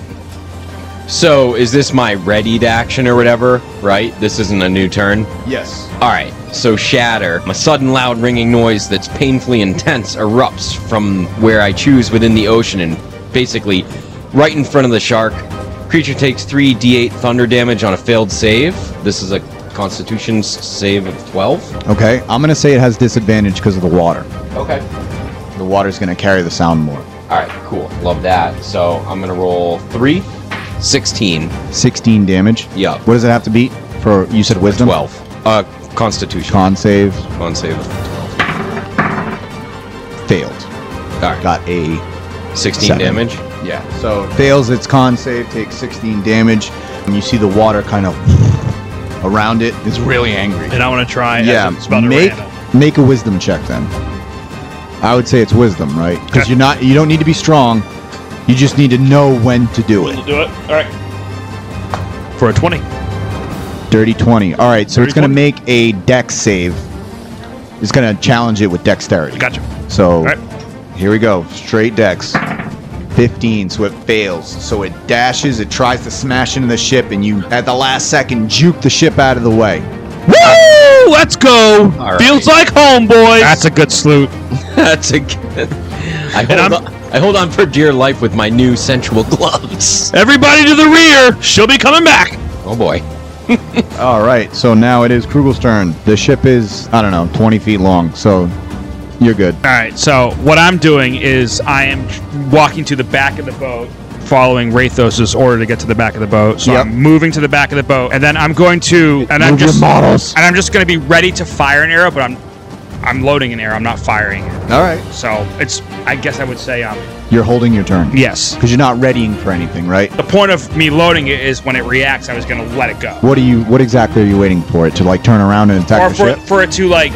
Speaker 3: So is this my readied action or whatever? Right? This isn't a new turn.
Speaker 1: Yes.
Speaker 3: All right. So shatter. A sudden, loud, ringing noise that's painfully intense erupts from where I choose within the ocean, and basically, right in front of the shark. Creature takes three d8 thunder damage on a failed save. This is a Constitution s- save of 12.
Speaker 1: Okay, I'm going to say it has disadvantage because of the water.
Speaker 3: Okay.
Speaker 1: The water's going to carry the sound more.
Speaker 3: All right. Cool. Love that. So I'm gonna roll three. 16.
Speaker 1: 16 damage.
Speaker 3: Yeah.
Speaker 1: What does it have to beat for, you said wisdom?
Speaker 3: 12. Uh, Constitution.
Speaker 1: Con save,
Speaker 3: Con save.
Speaker 1: failed.
Speaker 3: All right.
Speaker 1: Got a
Speaker 3: 16
Speaker 1: Seven.
Speaker 3: damage. Yeah.
Speaker 1: So it fails its con save, takes 16 damage, and you see the water kind of around it. It's really angry.
Speaker 2: and I want to try.
Speaker 1: Yeah,
Speaker 2: as it's about to
Speaker 1: make
Speaker 2: ram it.
Speaker 1: make a wisdom check then. I would say it's wisdom, right? Because you're not you don't need to be strong. You just need to know when to do
Speaker 2: This'll
Speaker 1: it.
Speaker 2: do it. All right. For a twenty.
Speaker 1: Dirty 20. All right, so it's
Speaker 2: Dirty
Speaker 1: going to
Speaker 2: 20.
Speaker 1: make a dex save. It's going to challenge it with dexterity.
Speaker 2: Gotcha.
Speaker 1: So
Speaker 2: All right.
Speaker 1: here we go. Straight dex. 15, so it fails. So it dashes, it tries to smash into the ship, and you, at the last second, juke the ship out of the way.
Speaker 2: Woo! Let's go.
Speaker 3: All right.
Speaker 2: Feels like home, boys.
Speaker 5: That's a good salute.
Speaker 3: That's a good. I hold,
Speaker 2: I'm-
Speaker 3: on, I hold on for dear life with my new sensual gloves.
Speaker 2: Everybody to the rear. She'll be coming back.
Speaker 3: Oh boy.
Speaker 1: All right, so now it is Krugel's turn. The ship is, I don't know, 20 feet long, so you're good.
Speaker 5: All right. So what I'm doing is I am tr- walking to the back of the boat, following Rathos's order to get to the back of the boat. So
Speaker 1: Yep.
Speaker 5: I'm moving to the back of the boat, and then I'm going to and I'm
Speaker 1: Move your
Speaker 5: just
Speaker 1: models.
Speaker 5: and I'm just going to be ready to fire an arrow, but I'm I'm loading an arrow. I'm not firing it.
Speaker 1: All right.
Speaker 5: So it's I guess I would say um
Speaker 1: You're holding your turn.
Speaker 5: yes.
Speaker 1: Because you're not readying for anything, right?
Speaker 5: The point of me loading it is when it reacts, I was going to let it go,
Speaker 1: What are you, what exactly are you waiting for? It to, like, turn around and attack
Speaker 5: or
Speaker 1: the
Speaker 5: for
Speaker 1: ship?
Speaker 5: for it to like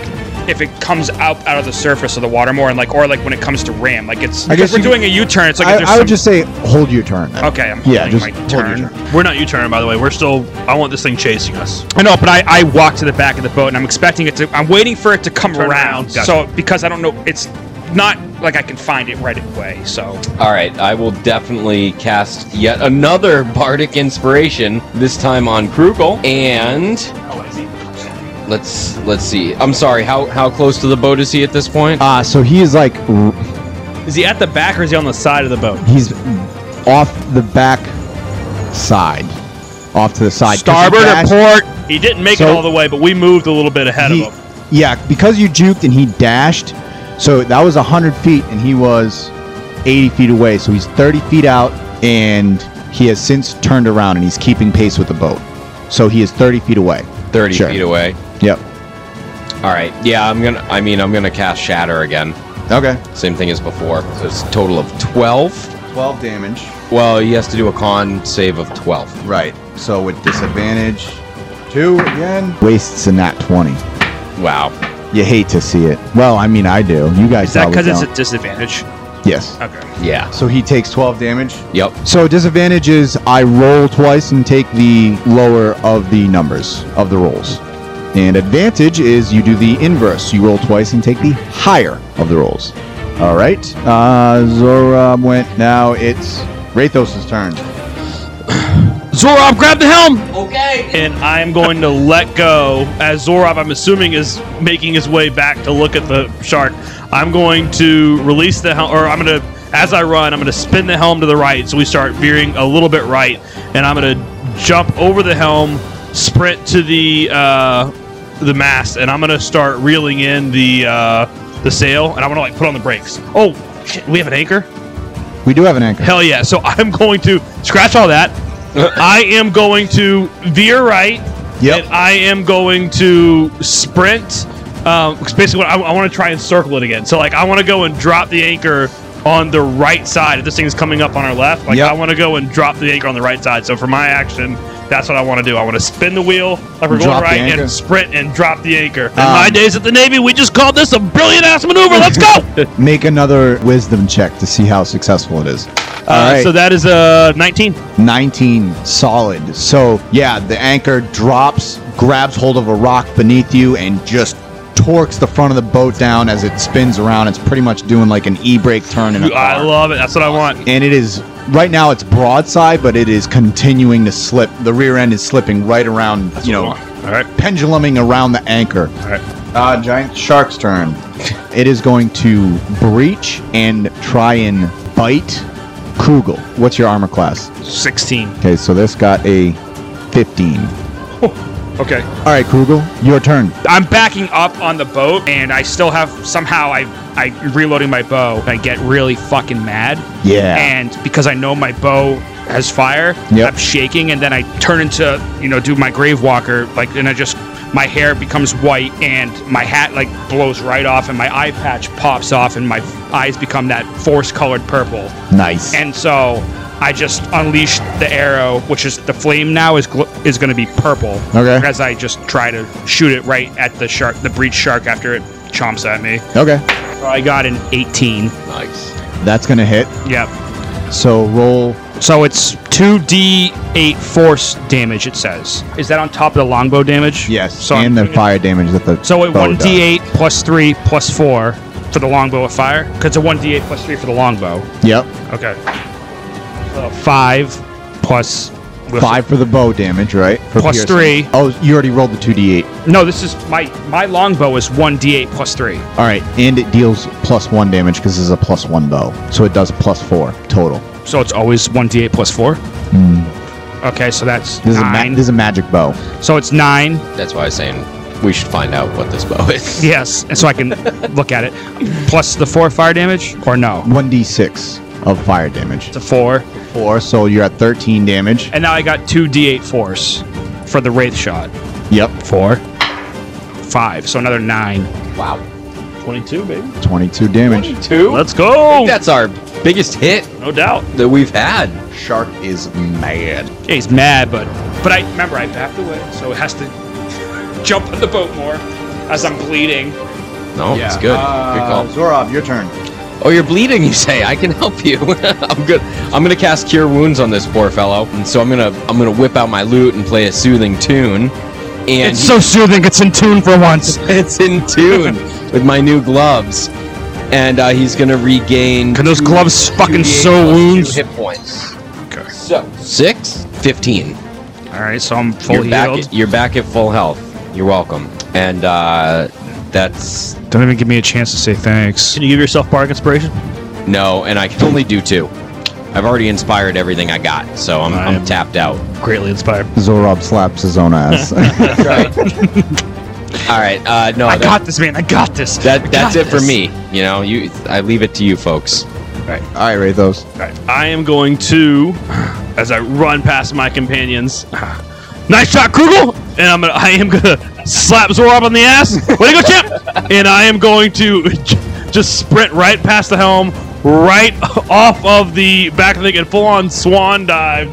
Speaker 4: if it comes out out of the surface of the water more, and like or like when it comes to ram, like it's.
Speaker 1: I guess
Speaker 4: if we're
Speaker 1: you-
Speaker 4: doing a U-turn. It's like if
Speaker 1: I,
Speaker 4: there's
Speaker 1: I would
Speaker 4: some-
Speaker 1: just say hold your turn. then.
Speaker 4: Okay, I'm
Speaker 1: Yeah,
Speaker 4: holding
Speaker 1: just
Speaker 4: my
Speaker 1: hold your
Speaker 4: turn.
Speaker 1: turn.
Speaker 2: We're not U-turn, by the way. We're still. I want this thing chasing us.
Speaker 4: I know, but I, I walk to the back of the boat and I'm expecting it to. I'm waiting for it to come around.
Speaker 2: Turn around, gotcha.
Speaker 4: So because I don't know, it's not like I can find it right away. So
Speaker 3: All right, I will definitely cast yet another bardic inspiration. This time on Krugel, and let's let's see. I'm sorry. How how close to the boat is he at this point?
Speaker 1: Uh, so he is like r-
Speaker 5: Is he at the back or is he on the side of the boat?
Speaker 1: he's off the back side, off to the side. 'Cause he
Speaker 5: Starboard or
Speaker 1: dashed-
Speaker 5: port?
Speaker 2: He didn't make it
Speaker 1: So-
Speaker 2: all the way, but we moved a little bit ahead
Speaker 1: he-
Speaker 2: of him.
Speaker 1: Yeah, because you juked and he dashed, so that was hundred feet, and he was eighty feet away. So he's thirty feet out, and he has since turned around and he's keeping pace with the boat. So he is thirty feet away.
Speaker 3: Thirty
Speaker 1: Sure.
Speaker 3: feet away.
Speaker 1: Yep.
Speaker 3: All right. Yeah, I'm gonna. I mean, I'm gonna cast Shatter again.
Speaker 1: Okay.
Speaker 3: Same thing as before. So it's a total of twelve.
Speaker 1: Twelve damage.
Speaker 3: Well, he has to do a con save of twelve.
Speaker 1: Right. So with disadvantage, two again. Wastes a nat twenty.
Speaker 3: Wow.
Speaker 1: You hate to see it. Well, I mean, I do. You guys.
Speaker 4: is that
Speaker 1: probably
Speaker 4: because it's
Speaker 1: don't.
Speaker 4: a disadvantage?
Speaker 1: yes.
Speaker 4: Okay.
Speaker 3: Yeah.
Speaker 1: So he takes twelve damage.
Speaker 3: Yep.
Speaker 1: So disadvantage is I roll twice and take the lower of the numbers of the rolls. And advantage is you do the inverse. You roll twice and take the higher of the rolls. All right. Uh, Zorab went. Now it's Rathos' turn.
Speaker 2: Zorob, grab the helm. Okay. And I'm going to let go as Zorob. I'm assuming is making his way back to look at the shark. I'm going to release the helm, or I'm going to, as I run, I'm going to spin the helm to the right, so we start veering a little bit right, and I'm going to jump over the helm, sprint to the uh, the mast, and I'm going to start reeling in the uh, the sail, and I'm going to like put on the brakes. Oh, shit, we have an anchor.
Speaker 1: We do have an anchor.
Speaker 2: Hell yeah. So I'm going to scratch all that. I am going to veer right.
Speaker 1: Yep.
Speaker 2: And I am going to sprint. Um, 'cause basically, what I, I want to try and circle it again. So, like, I want to go and drop the anchor on the right side. If this thing is coming up on our left, like,
Speaker 1: Yep.
Speaker 2: I want to go and drop the anchor on the right side. So, for my action, that's what I want to do. I want to spin the wheel like
Speaker 1: Drop
Speaker 2: we're going
Speaker 1: the
Speaker 2: right
Speaker 1: anchor.
Speaker 2: and sprint and drop the anchor. In
Speaker 1: Um,
Speaker 2: my days at the Navy, we just called this a brilliant ass maneuver. Let's go. Uh,
Speaker 1: Make another wisdom check to see how successful it is. All
Speaker 2: uh,
Speaker 1: right.
Speaker 2: So that is uh, 19.
Speaker 1: 19 solid. So, yeah, the anchor drops, grabs hold of a rock beneath you, and just torques the front of the boat down as it spins around. It's pretty much doing like an e brake turn in a
Speaker 2: I
Speaker 1: car.
Speaker 2: love it. That's what I want.
Speaker 1: and it is, right now, it's broadside, but it is continuing to slip. The rear end is slipping right around, you know,
Speaker 2: All right.
Speaker 1: penduluming around the anchor.
Speaker 2: right.
Speaker 1: Uh, giant shark's turn. It is going to breach and try and bite Krugel. What's your armor class?
Speaker 4: 16.
Speaker 1: Okay, so this got a 15.
Speaker 4: Okay.
Speaker 1: All right, Krugel, your turn.
Speaker 4: I'm backing up on the boat, and I still have somehow I I reloading my bow. I get really fucking mad,
Speaker 1: Yeah.
Speaker 4: and because I know my bow has fire,
Speaker 1: Yep.
Speaker 4: I'm shaking, and then I turn into you know do my grave walker like, and I just my hair becomes white, and my hat like blows right off, and my eye patch pops off, and my eyes become that force colored purple.
Speaker 1: nice.
Speaker 4: And so I just unleashed the arrow, which is the flame now is gl- is going to be purple.
Speaker 1: Okay.
Speaker 4: As I just try to shoot it right at the shark, the breach shark after it chomps at me.
Speaker 1: okay,
Speaker 4: So I got an 18.
Speaker 3: Nice.
Speaker 1: that's gonna hit.
Speaker 4: Yep.
Speaker 1: So roll.
Speaker 4: So it's 2d8 force damage. It says. Is that on top of the longbow damage?
Speaker 1: Yes.
Speaker 4: So
Speaker 1: and
Speaker 4: I'm
Speaker 1: the fire damage that the
Speaker 4: So it
Speaker 1: bow
Speaker 4: one d8 plus three plus four for the longbow of fire. Because it's a one d8 plus three for the longbow.
Speaker 1: does. Yep.
Speaker 4: Okay. So five plus
Speaker 1: Five for the bow damage, right? For
Speaker 4: Plus
Speaker 1: piercing.
Speaker 4: three.
Speaker 1: Oh, you already rolled the two d8.
Speaker 4: No, this is my my longbow is one d8 plus three.
Speaker 1: All right, and it deals plus one damage because this is a plus one bow, so it does plus four total.
Speaker 4: So it's always one d8 plus four. Okay, so that's
Speaker 1: Hmm. This is a ma-
Speaker 4: nine.
Speaker 1: this is a magic bow.
Speaker 4: so it's nine.
Speaker 3: That's why I was saying we should find out what this bow is.
Speaker 4: Yes, and so I can look at it. Plus the four fire damage, or no?
Speaker 1: One d6 of fire damage.
Speaker 4: It's a four,
Speaker 1: Four, so you're at 13 damage.
Speaker 4: and now I got two d8 force for the wraith shot.
Speaker 1: Yep,
Speaker 4: Four, five. So another nine.
Speaker 3: Wow.
Speaker 2: 22, baby.
Speaker 1: 22 damage.
Speaker 3: Two.
Speaker 2: Let's go.
Speaker 3: That's our biggest hit
Speaker 2: No doubt.
Speaker 3: that we've had.
Speaker 1: Shark is mad.
Speaker 4: Yeah, he's mad, but but I remember I backed away, so it has to jump on the boat more as I'm bleeding.
Speaker 3: No, it's good. good call.
Speaker 1: Zorob, your turn.
Speaker 3: Oh, you're bleeding, you say? I can help you. I'm good. I'm gonna cast Cure Wounds on this poor fellow, and so I'm gonna I'm gonna whip out my lute and play a soothing tune. And
Speaker 5: It's so soothing. It's in tune for once.
Speaker 3: it's in tune with my new gloves, and uh, he's gonna regain.
Speaker 5: Can those
Speaker 3: two-
Speaker 5: gloves fucking
Speaker 3: 2d8
Speaker 5: sew
Speaker 3: plus two
Speaker 5: wounds?
Speaker 3: Hit points. Okay. So six, 15.
Speaker 5: All right, so I'm full
Speaker 3: You're back.
Speaker 5: healed.
Speaker 3: At, you're back at full health. You're welcome. And uh, that's
Speaker 5: Don't even give me a chance to say thanks.
Speaker 2: Can you give yourself bark inspiration?
Speaker 3: no, and I can only do two. I've already inspired everything I got, so I'm,
Speaker 2: I
Speaker 3: I'm
Speaker 2: am-
Speaker 3: tapped out.
Speaker 2: Greatly inspired.
Speaker 1: Zorob slaps his own ass.
Speaker 3: That's right. All right. Uh, no,
Speaker 5: I
Speaker 3: that,
Speaker 5: got this, man. I got this.
Speaker 3: that that's
Speaker 5: got
Speaker 3: it for
Speaker 5: this.
Speaker 3: me. You know, you I leave it to you folks.
Speaker 1: All right, Rathos.
Speaker 2: I am going to, as I run past my companions, nice shot, Krugel! And I'm gonna, I am gonna slap Zorob on the ass. Way to go, champ! And I am going to j- just sprint right past the helm, right off of the back of the and full on swan dive.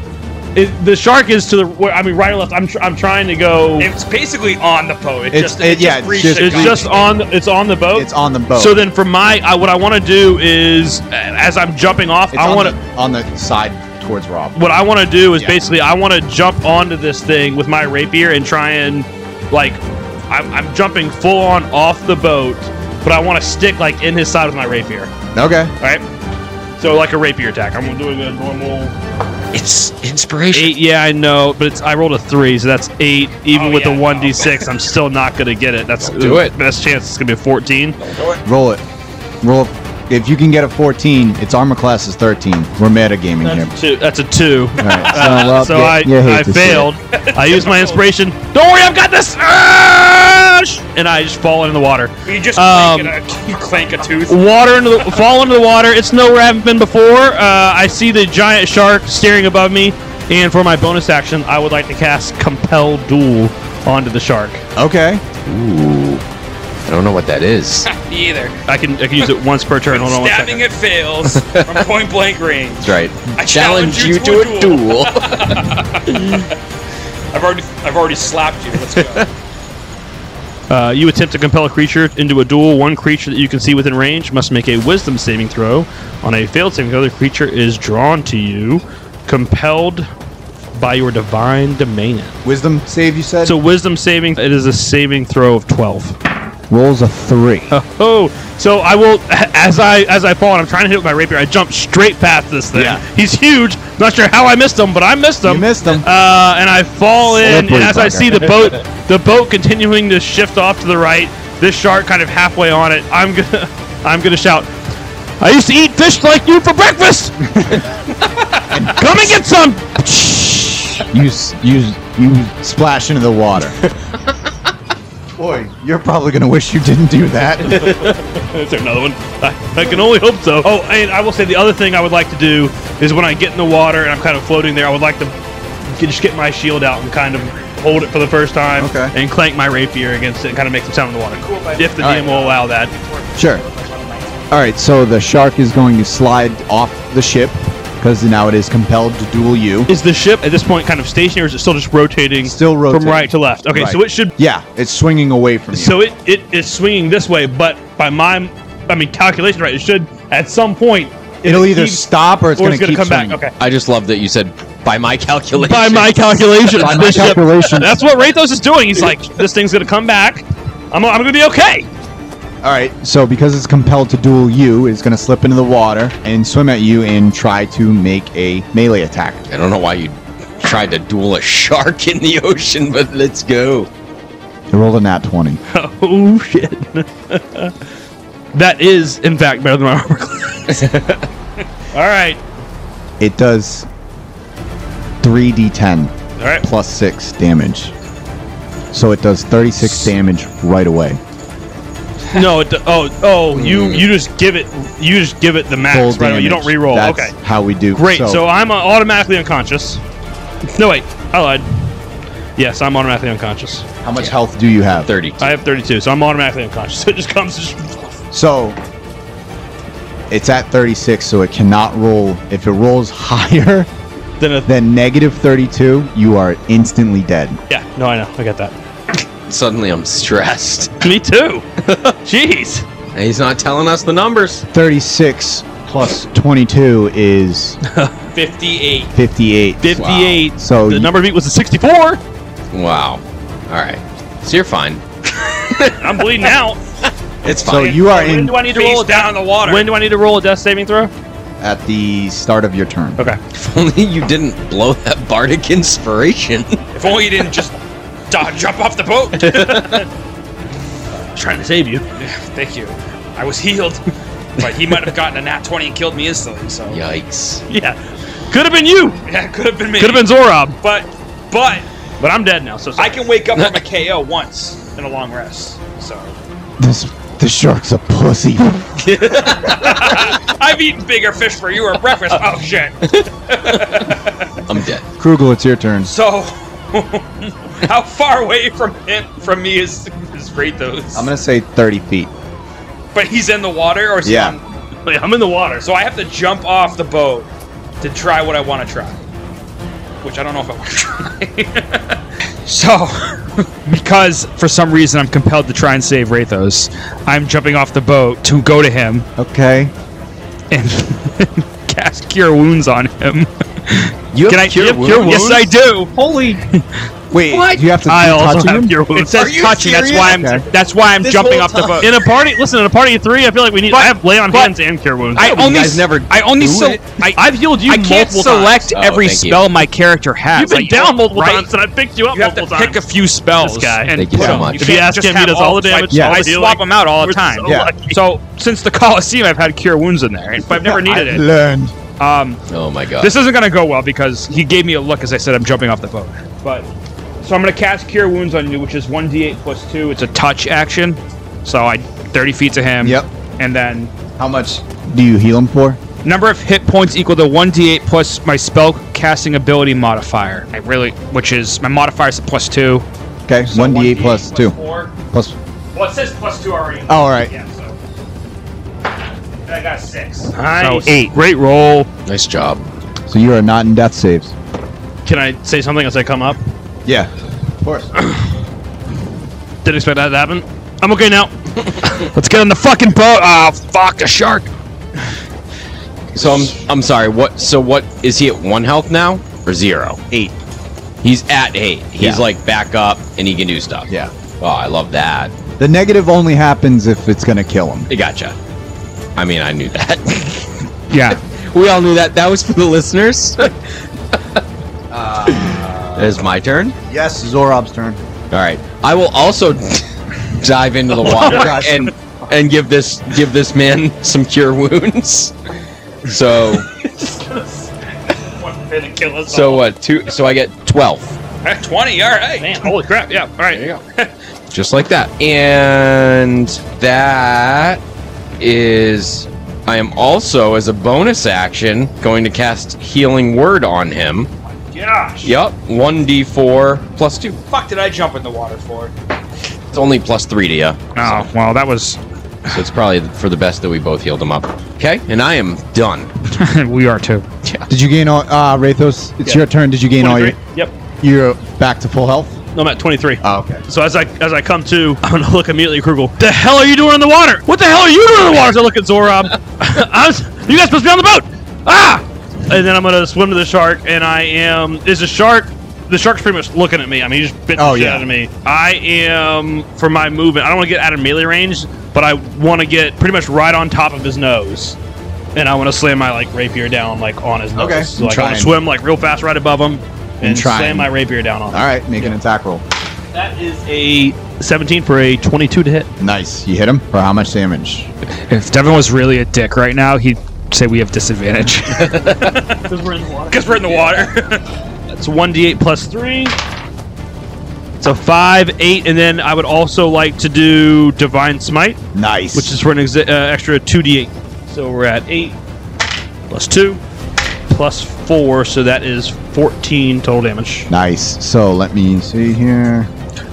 Speaker 2: It, the shark is to the where I mean right or left. I'm tr- I'm trying to go.
Speaker 4: It's basically on the boat. It
Speaker 1: It's-
Speaker 4: just,
Speaker 1: it-
Speaker 4: it
Speaker 1: yeah,
Speaker 4: just
Speaker 1: it's
Speaker 4: reached
Speaker 1: just-
Speaker 4: the
Speaker 2: it's
Speaker 4: top.
Speaker 2: just on it's on the
Speaker 4: Oh.
Speaker 2: boat.
Speaker 1: It's on the boat.
Speaker 2: So then, for my, I, what I want to do is, a- as I'm jumping off,
Speaker 1: it's
Speaker 2: I
Speaker 1: on the-
Speaker 2: want to.
Speaker 1: on the side towards Rob.
Speaker 2: What I want to do is
Speaker 1: Yeah.
Speaker 2: basically, I want to jump onto this thing with my rapier and try and, like, I'm, I'm jumping full on off the boat, but I want to stick like in his side with my rapier.
Speaker 1: Okay.
Speaker 2: All right. So like a rapier attack. I'm doing a normal
Speaker 3: It's inspiration.
Speaker 2: eight. Yeah, I know, but it's I rolled a three, so that's eight. Even
Speaker 4: Oh,
Speaker 2: with
Speaker 4: yeah.
Speaker 2: the one d six, I'm still not gonna get it. That's
Speaker 3: do it.
Speaker 2: Best chance it's gonna be a fourteen.
Speaker 1: Roll it. Roll. If you can get a 14, its armor class is 13. We're metagaming here.
Speaker 2: Two. That's a two.
Speaker 1: All right, so, well,
Speaker 2: so
Speaker 1: yeah,
Speaker 2: I,
Speaker 1: you hate
Speaker 2: I
Speaker 1: to see it.
Speaker 2: failed. I used my inspiration. Don't worry, I've got this. Ah, sh- And I just fall into the water.
Speaker 4: You just
Speaker 2: Um,
Speaker 4: clank, a, you clank a tooth.
Speaker 2: Water into the fall into the water. It's nowhere I haven't been before. Uh, I see the giant shark staring above me, and for my bonus action, I would like to cast Compel Duel onto the shark.
Speaker 1: Okay.
Speaker 3: Ooh. I don't know what that is.
Speaker 4: Me either.
Speaker 2: I can I can use it once per turn. Hold on one
Speaker 4: Stabbing it
Speaker 2: second.
Speaker 4: fails from point blank range.
Speaker 3: That's right.
Speaker 4: I challenge you to a
Speaker 3: duel.
Speaker 4: I've already I've already slapped you. Let's go.
Speaker 2: Uh, you attempt to compel a creature into a duel. One creature that you can see within range must make a Wisdom saving throw. On a failed saving throw, the creature is drawn to you, compelled by your divine domain.
Speaker 1: Wisdom save, you said?
Speaker 2: So Wisdom saving. It is a saving throw of twelve.
Speaker 1: Rolls a 3.
Speaker 2: Oh, so I will as I as I fall and I'm trying to hit it with my rapier. I jump straight past this thing.
Speaker 1: Yeah.
Speaker 2: He's huge. Not sure how I missed him, but I missed him.
Speaker 1: You missed him.
Speaker 2: Uh, and I fall in, and
Speaker 1: Slippery
Speaker 2: as I
Speaker 1: fucker.
Speaker 2: see the boat, the boat continuing to shift off to the right. This shark kind of halfway on it. I'm gonna, I'm gonna shout. I used to eat fish like you for breakfast. Come and get some.
Speaker 1: you, s- you, s- you splash into the water. Boy, you're probably going to wish you didn't do that.
Speaker 2: Is there another one? I, I can only hope so. Oh, and I will say the other thing I would like to do is when I get in the water and I'm kind of floating there, I would like to get, just get my shield out and kind of hold it for the first time
Speaker 1: Okay.
Speaker 2: and clank my rapier against it and kind of make some sound in the water. If the
Speaker 1: All
Speaker 2: DM will allow that.
Speaker 1: sure. All right, so the shark is going to slide off the ship because now it is compelled to duel you.
Speaker 2: Is the ship at this point kind of stationary or is it still just rotating,
Speaker 1: Still rotating.
Speaker 2: from right to left? Okay, so
Speaker 1: Right.
Speaker 2: it should.
Speaker 1: Yeah, it's swinging away from you.
Speaker 2: So it, it is swinging this way, but by my, I mean, calculation, right? It should at some point. if
Speaker 1: It'll
Speaker 2: it
Speaker 1: either
Speaker 2: keeps-
Speaker 1: stop or it's
Speaker 2: or
Speaker 1: going
Speaker 2: it's
Speaker 1: to keep
Speaker 2: going to come
Speaker 1: swinging.
Speaker 2: back. Okay.
Speaker 3: I just love that you said by my calculation.
Speaker 2: By my calculations,
Speaker 1: By my
Speaker 2: the ship
Speaker 1: calculation.
Speaker 2: That's what Rathos is doing. He's like, this thing's gonna come back. I'm, I'm gonna be okay.
Speaker 1: All right, so because it's compelled to duel you, it's going to slip into the water and swim at you and try to make a melee attack.
Speaker 3: I don't know why you tried to duel a shark in the ocean, but let's go.
Speaker 1: It rolled a nat 20.
Speaker 2: Oh shit. that is, in fact, better than my armor class. all right,
Speaker 1: It does 3d10
Speaker 2: all right.
Speaker 1: plus 6 damage. So it does 36 damage right away.
Speaker 2: No, it, oh, oh, you you just give it, you just give it the max.
Speaker 1: Full
Speaker 2: right? You don't
Speaker 1: damage.
Speaker 2: re-roll.
Speaker 1: That's
Speaker 2: okay,
Speaker 1: how we do.
Speaker 2: great. So, I'm uh, automatically unconscious. No wait, I lied. Yes, I'm automatically unconscious.
Speaker 1: how much health do you have?
Speaker 3: 30.
Speaker 2: I have 32, so I'm automatically unconscious. It just comes. Just,
Speaker 1: So it's at 36, so it cannot roll. If it rolls higher
Speaker 2: then a,
Speaker 1: than negative 32, you are instantly dead.
Speaker 2: yeah, no, I know, I get that.
Speaker 3: Suddenly I'm stressed.
Speaker 2: Me too. Jeez.
Speaker 3: And he's not telling us the numbers.
Speaker 1: 36 plus 22 is
Speaker 3: 58.
Speaker 1: 58.
Speaker 2: 58.
Speaker 1: So
Speaker 2: the
Speaker 1: you-
Speaker 2: number beat was a 64.
Speaker 3: Wow. All right. So you're fine.
Speaker 2: I'm bleeding out.
Speaker 3: It's
Speaker 1: So
Speaker 3: fine.
Speaker 1: you are
Speaker 2: when
Speaker 1: in
Speaker 2: do I need to roll a death?
Speaker 5: down the water.
Speaker 2: When do I need to roll a death saving throw?
Speaker 1: at the start of your turn.
Speaker 2: Okay.
Speaker 3: if only you didn't blow that bardic inspiration.
Speaker 5: if only you didn't just do- jump off the boat.
Speaker 2: trying to save you.
Speaker 5: Thank you. I was healed, but he might have gotten a nat 20 and killed me instantly. So
Speaker 3: Yikes.
Speaker 2: Yeah. Could have been you.
Speaker 5: yeah, could have been me.
Speaker 2: Could have been Zorob.
Speaker 5: But but
Speaker 2: But I'm dead now, so
Speaker 5: I
Speaker 2: sorry.
Speaker 5: can wake up from a KO once in a long rest. So
Speaker 1: This this shark's a pussy.
Speaker 5: I've eaten bigger fish for you at breakfast. Oh shit.
Speaker 3: I'm dead.
Speaker 1: Krugel, it's your turn.
Speaker 5: So how far away from him from me is is Kratos?
Speaker 1: I'm gonna say 30 feet.
Speaker 5: but he's in the water, or is he
Speaker 1: Yeah.
Speaker 5: on-
Speaker 2: Wait, I'm in the water. So
Speaker 5: So I have to jump off the boat to try what I want to try. Which I don't know if I want to try. so, because for some reason I'm compelled to try and save Rathos, I'm jumping off the boat to go to him
Speaker 1: Okay.
Speaker 5: and cast Cure Wounds on him.
Speaker 1: You
Speaker 5: Can I give Cure Wounds? Yes, I do. Holy!
Speaker 1: Wait, do you have to
Speaker 5: I
Speaker 1: keep
Speaker 5: also
Speaker 1: touching
Speaker 5: have
Speaker 1: him?
Speaker 5: Cure Wounds. It says touching. That's why I'm.
Speaker 1: Okay.
Speaker 5: That's why I'm
Speaker 3: This
Speaker 5: jumping
Speaker 3: whole
Speaker 5: off the boat.
Speaker 2: in a party, listen, in a party of three, I feel like we need. I have lay on
Speaker 5: but-
Speaker 2: hands and cure wounds.
Speaker 5: I
Speaker 3: you
Speaker 5: only.
Speaker 3: guys
Speaker 5: s-
Speaker 3: never
Speaker 5: I only.
Speaker 3: do
Speaker 5: So
Speaker 3: it.
Speaker 5: I.
Speaker 2: have healed you.
Speaker 5: I can't
Speaker 2: multiple
Speaker 5: select
Speaker 3: times. Oh,
Speaker 5: every
Speaker 3: thank you.
Speaker 5: spell my character has.
Speaker 2: Times. You've been
Speaker 5: Like,
Speaker 2: down multiple
Speaker 5: right?
Speaker 2: times, and I picked you up
Speaker 5: You have
Speaker 2: multiple
Speaker 5: to
Speaker 2: times.
Speaker 5: pick a few spells.
Speaker 2: This guy.
Speaker 5: And
Speaker 3: Thank you
Speaker 5: put
Speaker 3: so
Speaker 5: them.
Speaker 3: much.
Speaker 2: If
Speaker 5: can't
Speaker 2: you ask
Speaker 5: just
Speaker 2: him, he
Speaker 5: have
Speaker 2: does all the damage,
Speaker 5: Like,
Speaker 1: all
Speaker 5: I
Speaker 2: the
Speaker 5: swap
Speaker 2: dealing.
Speaker 5: them out all the
Speaker 2: We're
Speaker 5: time.
Speaker 2: so
Speaker 1: Yeah.
Speaker 2: lucky.
Speaker 5: So since the Colosseum, I've had Cure Wounds in there, but I've never needed it.
Speaker 1: Learned.
Speaker 5: Um,
Speaker 3: Oh my god.
Speaker 5: this isn't gonna go well because he gave me a look as I said I'm jumping off the boat. But so I'm gonna cast Cure Wounds on you, which is one d8 plus two. It's a touch action, so I 30 feet to him.
Speaker 1: Yep.
Speaker 5: And then
Speaker 1: How much do you heal him for?
Speaker 5: number of hit points equal to one d8 plus my spell casting ability modifier. I really, which is my modifier is a plus two.
Speaker 1: Okay,
Speaker 5: So
Speaker 1: 1d8 plus 2.
Speaker 5: four.
Speaker 1: Plus.
Speaker 5: Well, it says plus two already.
Speaker 1: Oh, all right.
Speaker 5: Yeah, so. And I got a six.
Speaker 2: Nice.
Speaker 5: So eight. Great roll.
Speaker 3: nice job.
Speaker 1: So you are not in death saves.
Speaker 2: Can I say something as I come up?
Speaker 1: Yeah. Of course.
Speaker 2: Didn't expect that to happen. I'm okay now.
Speaker 5: Let's get on the fucking boat. Ah, fuck, a shark.
Speaker 3: So I'm I'm sorry. What? So what is he at one health now or zero?
Speaker 1: Eight.
Speaker 3: He's at eight. He's
Speaker 1: Yeah.
Speaker 3: like back up and he can do stuff.
Speaker 1: Yeah.
Speaker 3: Oh, I love that.
Speaker 1: The negative only happens if it's gonna kill him.
Speaker 3: I gotcha. I mean, I knew that.
Speaker 5: Yeah.
Speaker 3: we all knew that. That was for the listeners. Uh, It's my turn.
Speaker 1: Yes, Zorob's turn.
Speaker 3: All right. I will also dive into the water
Speaker 1: gosh.
Speaker 3: and and give this give this man some cure wounds. So so what? Two. So I get twelve.
Speaker 5: 20, all
Speaker 1: uh,
Speaker 5: right. Man, holy crap. Yeah, all right.
Speaker 3: There you go. Just like that. And that is. I am also, as a bonus action, going to cast Healing Word on him.
Speaker 5: Gosh.
Speaker 3: Yep, 1d4 plus 2.
Speaker 5: Fuck, did I jump in the water for?
Speaker 3: It's only plus 3 to you.
Speaker 5: Oh, well, that was.
Speaker 3: So it's probably for the best that we both healed him up. Okay, and I am done.
Speaker 5: we are too.
Speaker 1: Did you gain all. Uh, Rathos, it's
Speaker 2: Yeah.
Speaker 1: your turn. Did you gain all your.
Speaker 2: 23? Yep.
Speaker 1: You're back to full health?
Speaker 2: No, I'm at 23.
Speaker 1: Oh, okay.
Speaker 2: So as I as I come to, I'm gonna look immediately at Krugel. The hell are you doing in the water? What the hell are you doing in the water? As I look at Zorob, I was, you guys supposed to be on the boat. Ah! And then I'm gonna swim to the shark, and I am is the shark. The shark's pretty much looking at me. I mean, he just bit the
Speaker 1: Oh,
Speaker 2: shit
Speaker 1: yeah.
Speaker 2: out of me. I am for my movement. I don't want to get out of melee range, but I want to get pretty much right on top of his nose, and I want to slam my like rapier down like on his nose.
Speaker 1: Okay.
Speaker 2: So, like, I
Speaker 1: Trying.
Speaker 2: want to swim like real fast right above him and
Speaker 1: trying.
Speaker 2: slam my rapier down on. him.
Speaker 1: Alright, make an attack roll.
Speaker 2: That is a 17 for a 22 to hit.
Speaker 1: Nice. You hit him for how much damage?
Speaker 5: If Devin was really a dick right now, he'd say we have disadvantage.
Speaker 2: Because we're in the water.
Speaker 5: Because we're in the water.
Speaker 2: That's 1d8 plus 3. So 5, 8, and then I would also like to do Divine Smite,
Speaker 1: Nice.
Speaker 2: which is for an exi- uh, extra 2d8. So we're at 8 plus 2 plus 4, so that is 14 total damage.
Speaker 1: nice. So let me see here.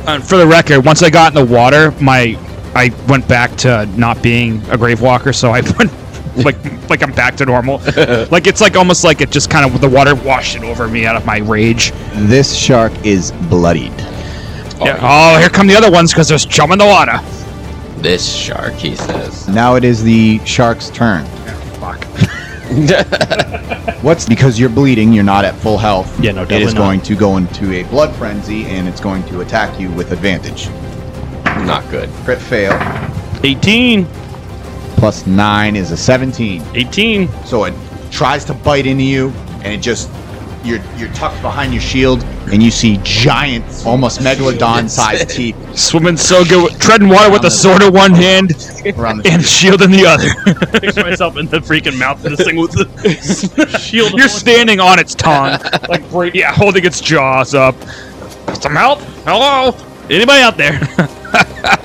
Speaker 5: Uh, for the record, once I got in the water, my I went back to not being a grave walker, so I went like like I'm back to normal. like it's like almost like it just kind of the water washed it over me out of my rage.
Speaker 1: This shark is bloodied.
Speaker 5: Yeah. Oh, here come the other ones because there's chum in the water.
Speaker 3: This shark, he says.
Speaker 1: Now it is the shark's turn.
Speaker 5: Fuck.
Speaker 1: What's because you're bleeding, you're not at full health.
Speaker 2: Yeah, no,
Speaker 1: It is
Speaker 2: definitely not.
Speaker 1: going to go into a blood frenzy and it's going to attack you with advantage.
Speaker 3: Not good.
Speaker 1: Crit fail
Speaker 2: 18.
Speaker 1: plus nine is a 17.
Speaker 2: 18.
Speaker 1: So it tries to bite into you, and it just you're you're tucked behind your shield, and you see giant, almost megalodon-sized teeth
Speaker 4: Swimming so good, treading water with a sword in one hand
Speaker 1: around the
Speaker 4: and shield in the other.
Speaker 2: Picture myself in the freaking mouth of this thing with the shield.
Speaker 4: You're standing on its tongue, like bra- yeah, holding its jaws up.
Speaker 5: Some help? Hello? All
Speaker 2: Anybody out there?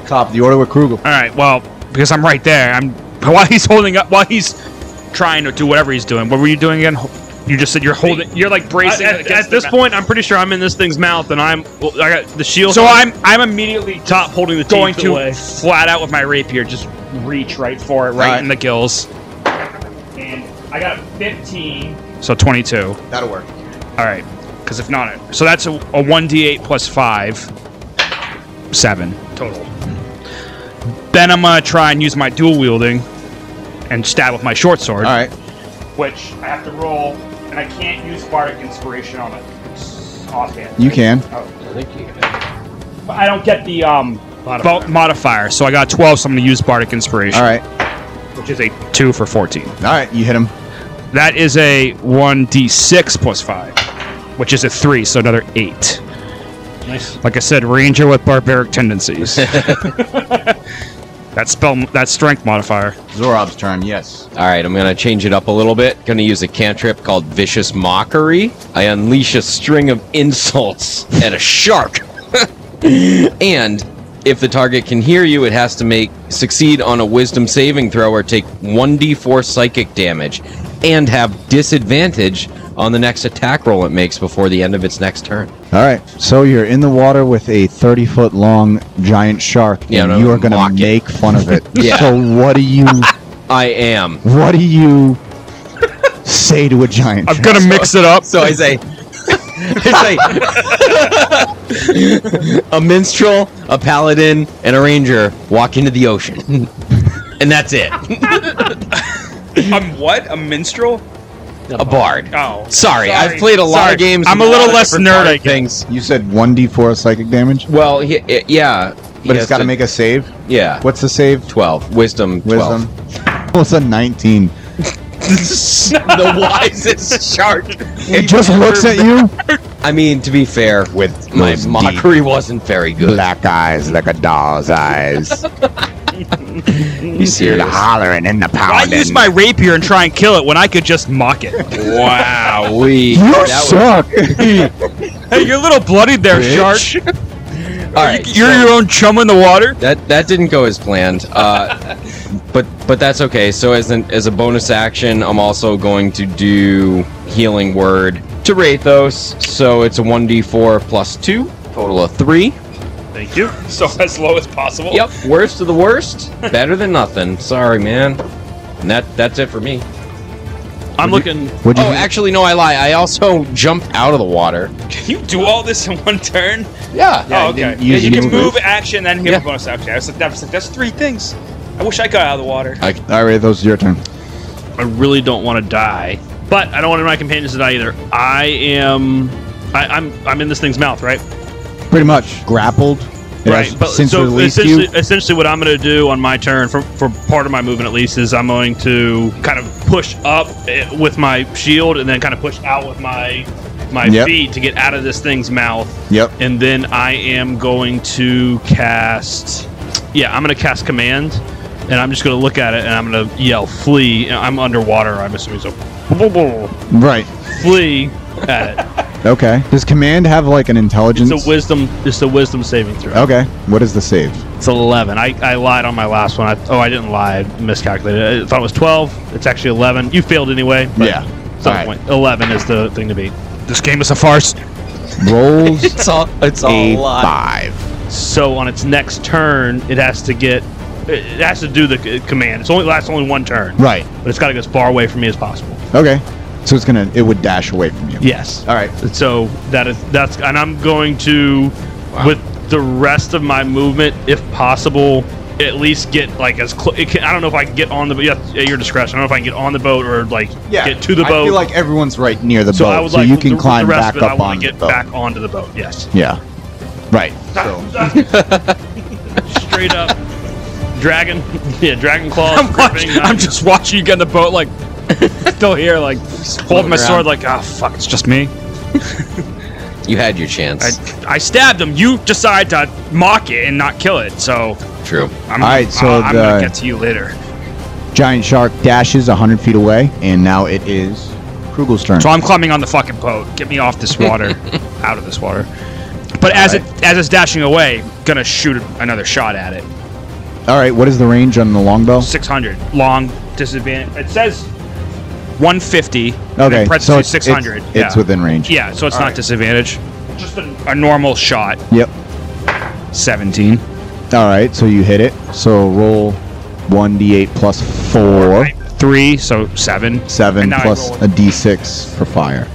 Speaker 1: top of the order with Krugel.
Speaker 5: right. Well, because I'm right there. I'm while he's holding up, while he's trying to do whatever he's doing. What were you doing again? Ho- You just said you're holding. You're like bracing
Speaker 2: at,
Speaker 5: against
Speaker 2: at this
Speaker 5: the ma-
Speaker 2: point, I'm pretty sure I'm in this thing's mouth, and I'm well, I got the shield.
Speaker 5: So I'm I'm immediately
Speaker 2: top holding the
Speaker 5: going
Speaker 2: teeth
Speaker 5: to
Speaker 2: away.
Speaker 5: flat out with my rapier, just reach right for it, right,
Speaker 1: Alright.
Speaker 5: in the gills. And I got 15. So 22.
Speaker 1: That'll work.
Speaker 5: All right, because if not, it- so that's a, a 1d8 plus five, seven total. Then I'm gonna try and use my dual wielding and stab with my short sword,
Speaker 1: All right,
Speaker 5: which I have to roll, and I can't use bardic inspiration on it. It's offhand.
Speaker 1: you can.
Speaker 5: But I don't get the um modifier. modifier, so I got 12, so I'm gonna use bardic inspiration.
Speaker 1: All right,
Speaker 5: which is a 2 for 14.
Speaker 1: all right. You hit him.
Speaker 5: That is a 1d6 plus 5, which is a 3, so another 8.
Speaker 2: Nice.
Speaker 5: Like I said, ranger with barbaric tendencies. that spell, that strength modifier.
Speaker 1: Zorob's turn. Yes.
Speaker 3: All right, I'm gonna change it up a little bit. Gonna use a cantrip called Vicious Mockery. I unleash a string of insults at a shark, and if the target can hear you, it has to make succeed on a Wisdom saving throw or take 1d4 psychic damage, and have disadvantage on the next attack roll it makes before the end of its next turn.
Speaker 1: All right. So you're in the water with a 30 foot long giant shark,
Speaker 3: Yeah,
Speaker 1: and
Speaker 3: no,
Speaker 1: you are gonna
Speaker 3: mock it.
Speaker 1: make fun of it.
Speaker 3: Yeah.
Speaker 1: So what do you
Speaker 3: I am.
Speaker 1: what do you say to a giant?
Speaker 4: I'm
Speaker 1: shark?
Speaker 4: gonna mix it up.
Speaker 3: So I say, I say, a minstrel, a paladin, and a ranger walk into the ocean, and that's it.
Speaker 4: I'm what? A minstrel?
Speaker 3: A bard.
Speaker 4: Oh,
Speaker 3: Sorry, I've
Speaker 4: Sorry.
Speaker 3: played a lot
Speaker 4: Sorry.
Speaker 3: of games.
Speaker 4: I'm
Speaker 3: and
Speaker 4: a little
Speaker 3: lot of
Speaker 4: less
Speaker 3: different
Speaker 4: nerd,
Speaker 3: bard
Speaker 4: I guess.
Speaker 3: Things.
Speaker 1: You said one d4 psychic damage,
Speaker 3: Well, he, i- yeah, he
Speaker 1: but it's
Speaker 3: has
Speaker 1: got to
Speaker 3: to-
Speaker 1: make a save.
Speaker 3: yeah.
Speaker 1: What's the save?
Speaker 3: Twelve wisdom. 12.
Speaker 1: Wisdom. What's a 19?
Speaker 3: the wisest shark.
Speaker 1: It just looks at you
Speaker 3: I mean, to be fair,
Speaker 1: with
Speaker 3: my
Speaker 1: those deep
Speaker 3: mockery wasn't very good.
Speaker 1: black eyes like a doll's eyes.
Speaker 3: You serious?
Speaker 1: hollering and the
Speaker 4: I use my rapier and try and kill it when I could just mock it.
Speaker 3: Wow, we.
Speaker 1: You
Speaker 3: that was-
Speaker 1: suck.
Speaker 4: hey, you're a little bloodied there,
Speaker 3: Bitch.
Speaker 4: shark.
Speaker 3: All right,
Speaker 4: You're
Speaker 3: so-
Speaker 4: your own chum in the water.
Speaker 3: That that didn't go as planned. Uh, but but that's okay. So as an as a bonus action, I'm also going to do healing word to Wraithos. So it's a one d4 plus two, total of three.
Speaker 2: Thank you.
Speaker 5: So as low as possible.
Speaker 3: Yep, worst of the worst, better than nothing. Sorry, man. And that that's it for me.
Speaker 2: I'm looking.
Speaker 1: Would you
Speaker 3: Oh, actually, no, I lie. I also jumped out of the water.
Speaker 4: Can you do all this in one turn?
Speaker 1: Yeah,
Speaker 3: Yeah.
Speaker 4: oh,
Speaker 1: you
Speaker 4: okay.
Speaker 1: didn't
Speaker 4: Yeah,
Speaker 1: use
Speaker 4: you
Speaker 1: any
Speaker 4: can
Speaker 1: move.
Speaker 4: move action, then give
Speaker 3: Yeah.
Speaker 4: a bonus action. I was like, that was like, that's three things. I wish I got out of the water.
Speaker 1: All right, those are your turn.
Speaker 2: I really don't want to die, but I don't want my companions to die either. I am. I, I'm. I'm in this thing's mouth, right?
Speaker 1: Pretty much grappled. It
Speaker 2: right.
Speaker 1: has
Speaker 2: But
Speaker 1: since
Speaker 2: so
Speaker 1: released
Speaker 2: essentially,
Speaker 1: you.
Speaker 2: essentially, what I'm going to do on my turn, for for part of my movement at least, is I'm going to kind of push up eh, with my shield and then kind of push out with my my
Speaker 1: Yep.
Speaker 2: feet to get out of this thing's mouth.
Speaker 1: Yep.
Speaker 2: and then I am going to cast. Yeah, I'm going to cast command, and I'm just going to look at it and I'm going to yell flee. And I'm underwater, I'm assuming so.
Speaker 1: Right.
Speaker 2: Flee at it.
Speaker 1: Okay. Does command have like an intelligence?
Speaker 2: It's a wisdom. It's a wisdom saving throw.
Speaker 1: okay. What is the save?
Speaker 2: It's eleven. I, I lied on my last one. I, oh, I didn't lie. I miscalculated. I thought it was twelve. It's actually eleven. You failed anyway. but
Speaker 1: Yeah.
Speaker 2: at Some
Speaker 1: All right.
Speaker 2: point. Eleven is the thing to beat.
Speaker 5: This game is a farce.
Speaker 1: Rolls
Speaker 3: It's all it's
Speaker 1: a five.
Speaker 2: So on its next turn, it has to get. It it has to do the c- command. It's only lasts only one turn.
Speaker 1: Right.
Speaker 2: but it's got to go as far away from me as possible.
Speaker 1: Okay. So it's gonna. It would dash away from you.
Speaker 2: Yes.
Speaker 1: All right.
Speaker 2: So that is that's and I'm going to with the rest of my movement, if possible, at least get like as close. I don't know if I can get on the boat. Yeah, at your discretion. I don't know if I can get on the boat or like get to the
Speaker 1: I
Speaker 2: boat.
Speaker 1: feel like everyone's right near the
Speaker 2: so
Speaker 1: boat,
Speaker 2: I would
Speaker 1: so
Speaker 2: like
Speaker 1: you
Speaker 2: with the,
Speaker 1: can
Speaker 2: with
Speaker 1: climb
Speaker 2: the rest
Speaker 1: back
Speaker 2: of it, I
Speaker 1: up
Speaker 2: wanna
Speaker 1: on
Speaker 2: get
Speaker 1: the boat.
Speaker 2: back onto the boat. Yes,
Speaker 1: Yeah, right. So
Speaker 2: straight up. Dragon, yeah, dragon claws.
Speaker 5: I'm, watching,
Speaker 2: gripping,
Speaker 5: I'm just watching you get in the boat, like still here, like holding my sword, like ah fuck, it's just me.
Speaker 3: You had your chance.
Speaker 5: I, I stabbed him. You decide to mock it and not kill it, so
Speaker 3: True.
Speaker 5: I'm,
Speaker 1: All right, so
Speaker 5: I- I'm gonna
Speaker 1: the-
Speaker 5: get to you later.
Speaker 1: giant shark dashes hundred feet away, and now it is Krugel's turn.
Speaker 5: So I'm climbing on the fucking boat. Get me off this water, out of this water. But as it as it's dashing away, gonna shoot another shot at it.
Speaker 1: All right, what is the range on the longbow?
Speaker 5: 600 long disadvantage. It says 150. and
Speaker 1: Okay,
Speaker 5: then
Speaker 1: so
Speaker 5: parentheses
Speaker 1: it's,
Speaker 5: 600.
Speaker 1: It's,
Speaker 5: yeah.
Speaker 1: it's within range.
Speaker 5: yeah, so it's not disadvantage. Just a, a normal shot.
Speaker 1: Yep.
Speaker 5: 17.
Speaker 1: All right, so you hit it. So roll one d8 plus four,
Speaker 5: Three, so seven.
Speaker 1: seven
Speaker 5: And now I
Speaker 1: plus
Speaker 5: roll
Speaker 1: a d6 for fire.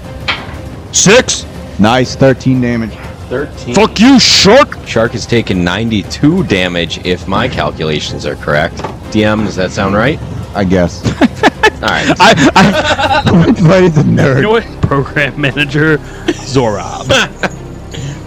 Speaker 5: Six.
Speaker 1: Nice, thirteen damage.
Speaker 3: Thirteen.
Speaker 5: Fuck you, shark.
Speaker 3: Shark has taken 92 damage, if my calculations are correct. DM, does that sound right?
Speaker 1: I guess.
Speaker 3: All right.
Speaker 5: I, I,
Speaker 1: but it's a nerd.
Speaker 2: you know what? Program manager, Zorab.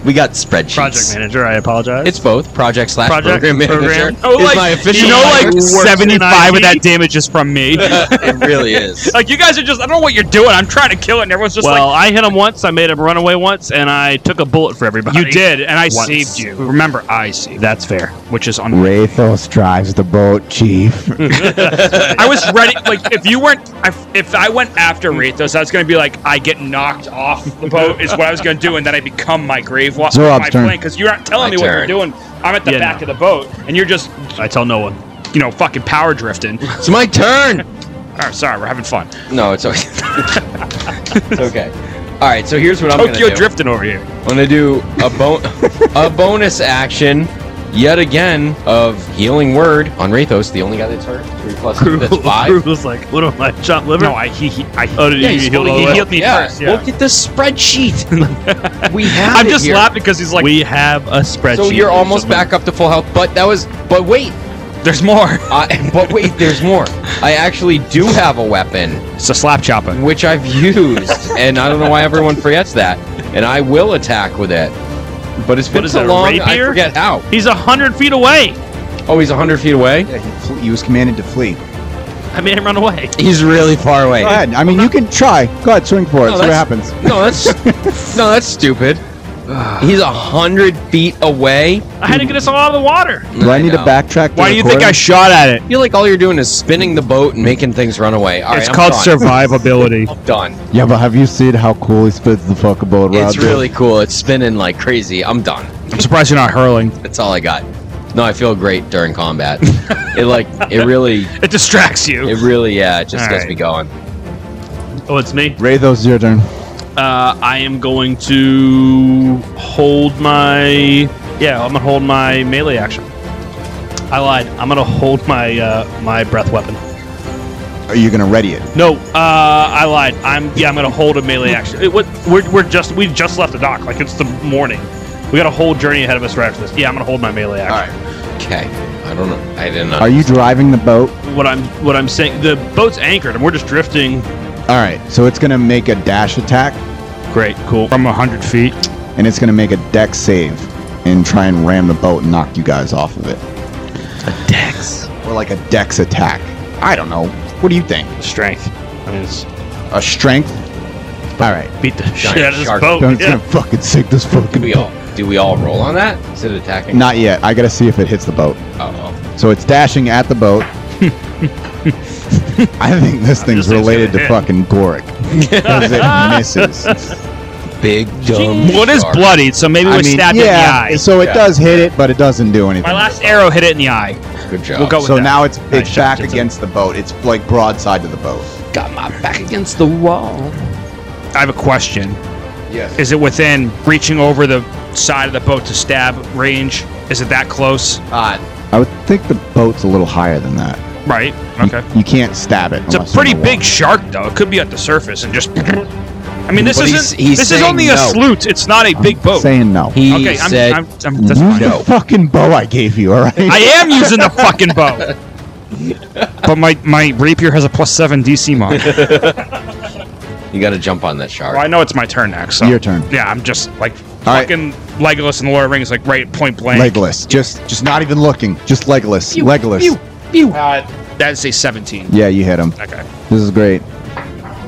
Speaker 3: We got spreadsheets.
Speaker 2: Project manager. I apologize.
Speaker 3: It's both project slash
Speaker 2: Project,
Speaker 3: program manager.
Speaker 2: program.
Speaker 5: Oh,
Speaker 3: is
Speaker 5: like,
Speaker 3: my official
Speaker 5: you know, like
Speaker 3: title.
Speaker 2: works in
Speaker 5: 75 of
Speaker 2: IT.
Speaker 5: that damage is from me.
Speaker 3: it really is.
Speaker 5: like, you guys are just, I don't know what you're doing. I'm trying to kill it, and everyone's just
Speaker 2: well,
Speaker 5: like,
Speaker 2: I hit him once. I made him run away once, and I took a bullet for everybody.
Speaker 5: you did, and I
Speaker 2: Once.
Speaker 5: saved you. Remember, I saved. That's fair. Which is unbelievable.
Speaker 1: Rathos drives the boat, Chief.
Speaker 5: I was ready. Like, if you weren't, if- if I went after Rathos, I was going to be like, I get knocked off the boat is what I was going to do, and then I become my grave walk.
Speaker 1: Zorob's
Speaker 5: my
Speaker 1: turn.
Speaker 5: because you're not telling
Speaker 3: My
Speaker 5: me what you're
Speaker 3: turn.
Speaker 5: doing. I'm at the
Speaker 2: Yeah,
Speaker 5: back
Speaker 2: no.
Speaker 5: of the boat, and you're just,
Speaker 2: I tell no one.
Speaker 5: you know, fucking power drifting.
Speaker 3: It's my turn.
Speaker 5: oh, sorry, we're having fun.
Speaker 3: No, it's okay. it's okay. All right. So here's what I'm gonna
Speaker 5: Tokyo
Speaker 3: do.
Speaker 5: drifting over here.
Speaker 3: I'm gonna do a bon- a bonus action, yet again of healing word on Rathos, the only guy that's hurt. Three plus two, that's five.
Speaker 2: was like, "What am I, chopped liver?"
Speaker 5: No, I he, he I.
Speaker 2: oh, did
Speaker 3: he's
Speaker 2: you heal
Speaker 5: fully-
Speaker 2: all the
Speaker 5: he
Speaker 2: way?
Speaker 5: healed me
Speaker 3: yeah,
Speaker 5: first, yeah.
Speaker 3: Look at the spreadsheet. we have.
Speaker 5: I'm
Speaker 3: it
Speaker 5: just
Speaker 3: here.
Speaker 5: laughing because he's like,
Speaker 2: we have a spreadsheet.
Speaker 3: So you're
Speaker 2: or
Speaker 3: almost
Speaker 2: something.
Speaker 3: back up to full health, but that was. But wait,
Speaker 5: there's more.
Speaker 3: I, but wait, there's more. I actually do have a weapon.
Speaker 5: It's a slap chopper.
Speaker 3: which I've used, and I don't know why everyone forgets that. And I will attack with it, but it's been
Speaker 2: What is
Speaker 3: so
Speaker 2: that, a
Speaker 3: long I
Speaker 2: rapier?
Speaker 3: forget how.
Speaker 2: He's a hundred feet away.
Speaker 3: Oh, he's hundred feet away.
Speaker 1: yeah, he, fle- he was commanded to flee.
Speaker 2: I made him run away.
Speaker 3: He's really far away.
Speaker 1: Go ahead. I mean, you can try. Go ahead, swing for it.
Speaker 3: No,
Speaker 1: see what
Speaker 3: that's-
Speaker 1: happens.
Speaker 3: No, that's no, that's stupid. He's hundred feet away.
Speaker 2: I had to get us all out of the water.
Speaker 1: Do I, need to
Speaker 3: know.
Speaker 1: backtrack?
Speaker 5: Why do you think I shot at it?
Speaker 3: I feel like all you're doing is spinning the boat and making things run away. All right,
Speaker 5: it's
Speaker 3: I'm
Speaker 5: called
Speaker 3: done.
Speaker 5: survivability.
Speaker 3: I'm done.
Speaker 1: yeah, but have you seen how cool he spins the fuck about?
Speaker 3: It's really cool. It's spinning like crazy. I'm done.
Speaker 5: I'm surprised you're not hurling.
Speaker 3: That's all I got. No, I feel great during combat. it like it really,
Speaker 5: It distracts you.
Speaker 3: it really, yeah, it just
Speaker 5: All
Speaker 3: gets
Speaker 5: right.
Speaker 3: me going.
Speaker 2: Oh, it's me.
Speaker 1: Rathos, your turn.
Speaker 2: Uh, I am going to hold my yeah. I'm gonna hold my melee action. I lied. I'm gonna hold my uh, my breath weapon.
Speaker 1: Are you gonna ready it?
Speaker 2: No, uh, I lied. I'm yeah. I'm gonna hold a
Speaker 5: Hmm.
Speaker 2: melee action. It, what, we're, we're just we just left the dock. Like it's the morning. We got a whole journey ahead of us right after this. Yeah, I'm gonna hold my melee action.
Speaker 3: Okay. I don't know. I didn't know.
Speaker 1: Are you driving the boat?
Speaker 2: What I'm what I'm saying. The boat's anchored and we're just drifting.
Speaker 1: All right, so it's gonna make a dash attack,
Speaker 2: Great, cool.
Speaker 5: From 100 feet.
Speaker 1: and it's gonna make a deck save, and try and ram the boat and knock you guys off of it,
Speaker 2: Dex
Speaker 1: or like a dex attack. I don't know. What do you think?
Speaker 2: strength. I mean, it's
Speaker 1: A strength. All right.
Speaker 2: beat the shit out of this
Speaker 3: shark.
Speaker 1: Don't
Speaker 2: boat.
Speaker 1: gonna
Speaker 2: Yeah.
Speaker 1: fucking sink this
Speaker 3: do
Speaker 1: fucking
Speaker 3: we
Speaker 1: boat.
Speaker 3: all do we all roll on that? Is it attacking?
Speaker 1: Not yet. I gotta see if it hits the boat.
Speaker 3: Oh.
Speaker 1: So it's dashing at the boat. I think this thing's
Speaker 2: thing's gonna
Speaker 1: related to
Speaker 2: hit.
Speaker 1: fucking Gorik. Because it misses.
Speaker 3: Big dumb.
Speaker 5: What is
Speaker 3: shark.
Speaker 5: bloodied? So maybe we stabbed
Speaker 1: yeah,
Speaker 5: it in the eye.
Speaker 1: so it
Speaker 3: Yeah.
Speaker 1: does hit it, but it doesn't do anything.
Speaker 5: My last arrow hit it in the eye.
Speaker 3: Good job.
Speaker 5: We'll go with
Speaker 1: so
Speaker 5: that.
Speaker 1: now it's
Speaker 5: Nice
Speaker 1: it's
Speaker 5: shot,
Speaker 1: back
Speaker 5: Jensen.
Speaker 1: against the boat. It's like broadside to the boat.
Speaker 3: Got my back against the wall.
Speaker 5: I have a question.
Speaker 1: Yes.
Speaker 5: Is it within reaching over the side of the boat to stab range? Is it that close?
Speaker 3: Uh,
Speaker 1: I would think the boat's a little higher than that.
Speaker 5: Right.
Speaker 1: You-
Speaker 5: Okay.
Speaker 1: You, can't stab it.
Speaker 5: It's a
Speaker 1: unless
Speaker 5: pretty
Speaker 1: you're on the
Speaker 5: big shark, though. It could be at the surface and just. I I mean, this
Speaker 3: But he's-
Speaker 5: isn't.
Speaker 3: he's
Speaker 5: this is
Speaker 3: saying
Speaker 5: only a
Speaker 3: no.
Speaker 5: sloot. It's not a big boat.
Speaker 1: Saying no.
Speaker 3: He
Speaker 5: okay, I'm,
Speaker 3: said,
Speaker 5: I'm, I'm, that's
Speaker 1: Use
Speaker 5: fine.
Speaker 1: the fucking bow I gave you, all right?
Speaker 5: I am using the fucking bow. But my, my rapier has a plus seven DC mod.
Speaker 3: "You got to jump on that shark."
Speaker 5: Well, I know it's my turn next. So.
Speaker 1: Your turn.
Speaker 5: Yeah, I'm just like
Speaker 1: right.
Speaker 5: fucking Legolas and the Lord of the Rings, like right point blank.
Speaker 1: Legolas. Just just not even looking. Just Legolas. Legolas.
Speaker 5: Uh, that is a 17.
Speaker 1: Yeah, you hit him.
Speaker 5: Okay.
Speaker 1: This is great.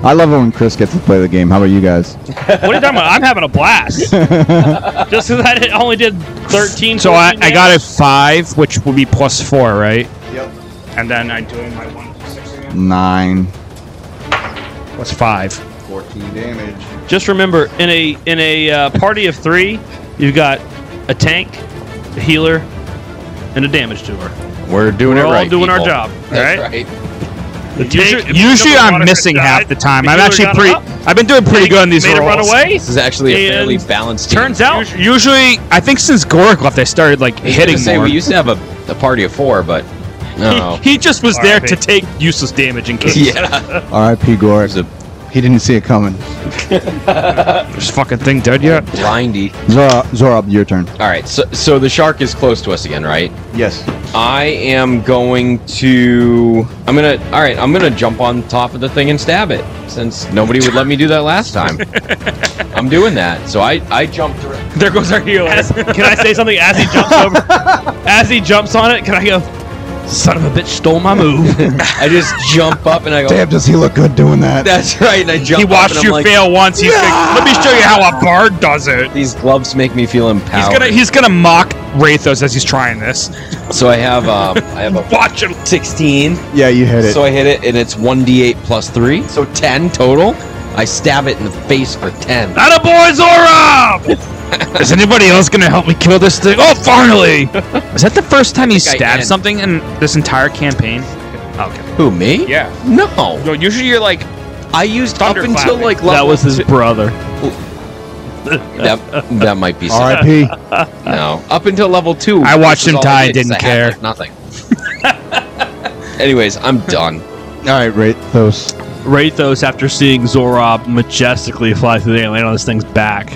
Speaker 1: I love it when Chris gets to play the game. How about you guys?
Speaker 2: What are you talking about? I'm having a blast. Just because I did, only did 13.
Speaker 5: So I,
Speaker 2: 14
Speaker 5: I got a
Speaker 2: damage.
Speaker 5: five, which will be plus four, right?
Speaker 1: Yep.
Speaker 5: And then I'm doing my one plus six again.
Speaker 1: Nine.
Speaker 5: What's five?
Speaker 1: 14 damage.
Speaker 2: Just remember, in a in a uh, party of three, you've got a tank, a healer, and a damage dealer.
Speaker 3: We're doing
Speaker 2: We're
Speaker 3: it
Speaker 2: all
Speaker 3: right.
Speaker 2: doing our
Speaker 3: people.
Speaker 2: job,
Speaker 3: That's
Speaker 2: right?
Speaker 3: right.
Speaker 2: The tank- if
Speaker 5: Usually,
Speaker 2: the
Speaker 5: usually
Speaker 2: water
Speaker 5: I'm
Speaker 2: had
Speaker 5: missing
Speaker 2: died,
Speaker 5: half the time.
Speaker 2: the
Speaker 5: I'm
Speaker 2: healer
Speaker 5: actually
Speaker 2: got
Speaker 5: pretty.
Speaker 2: up,
Speaker 5: I've been doing pretty
Speaker 2: made-
Speaker 5: good on these
Speaker 2: made it run
Speaker 5: rolls.
Speaker 2: away.
Speaker 3: This is actually a fairly
Speaker 2: And
Speaker 3: balanced team.
Speaker 2: Turns out,
Speaker 5: Usually, I think since Gorik left, I started like
Speaker 3: I was
Speaker 5: hitting
Speaker 3: gonna say
Speaker 5: more.
Speaker 3: we used to have a, a party of four, but no.
Speaker 5: He, he just was there to
Speaker 2: RIP.
Speaker 5: take useless damage in case.
Speaker 3: yeah,
Speaker 1: R.I.P. Gore.
Speaker 3: there's a
Speaker 1: He didn't see it coming.
Speaker 5: This fucking thing dead yet?
Speaker 3: blindy.
Speaker 1: Zora, Zorob, your turn.
Speaker 3: All right, so so the shark is close to us again, right?
Speaker 1: Yes.
Speaker 3: I am going to. I'm gonna. All right, I'm gonna jump on top of the thing and stab it, since nobody would let me do that last time. I'm doing that, so I I jumped. direct-
Speaker 5: There goes our healer.
Speaker 2: as, can I say something as he jumps over? as he jumps on it, can I go? Son of a bitch stole my move.
Speaker 3: I just jump up and I go.
Speaker 1: Damn, does he look good doing that?
Speaker 3: That's right, and I jump.
Speaker 5: He
Speaker 3: up and
Speaker 5: watched
Speaker 3: I'm
Speaker 5: you
Speaker 3: like,
Speaker 5: fail once. He's like, let me show you how a bard does it.
Speaker 3: These gloves make me feel
Speaker 5: He's
Speaker 3: empowered.
Speaker 5: gonna he's gonna mock Rathos as he's trying this.
Speaker 3: so I have um I have a
Speaker 5: Watch him.
Speaker 3: 16.
Speaker 1: yeah, you hit it.
Speaker 3: So I hit it, and it's 1d8 plus 3, so 10 total. I stab it in the face for 10.
Speaker 5: Not a boy, Zora! Is anybody else gonna help me kill this thing? Oh, finally! Is that the first time you
Speaker 3: think I
Speaker 5: stabbed
Speaker 3: am.
Speaker 5: something in this entire campaign? Okay.
Speaker 3: Who, me?
Speaker 5: Yeah.
Speaker 3: No.
Speaker 5: No, usually you're like,
Speaker 3: I used up
Speaker 5: Thunder
Speaker 3: until
Speaker 5: clapping.
Speaker 3: like level
Speaker 2: that was his brother.
Speaker 3: that, that might be something.
Speaker 1: R.I.P.
Speaker 3: No. Up until level 2.
Speaker 5: I watched
Speaker 3: this is
Speaker 5: him
Speaker 3: all
Speaker 5: die,
Speaker 3: did, 'cause
Speaker 5: didn't
Speaker 3: I had,
Speaker 5: care.
Speaker 3: like, nothing. Anyways, I'm done.
Speaker 1: All right, Rathos.
Speaker 2: Rathos, after seeing Zorob majestically fly through the air and land on this thing's back,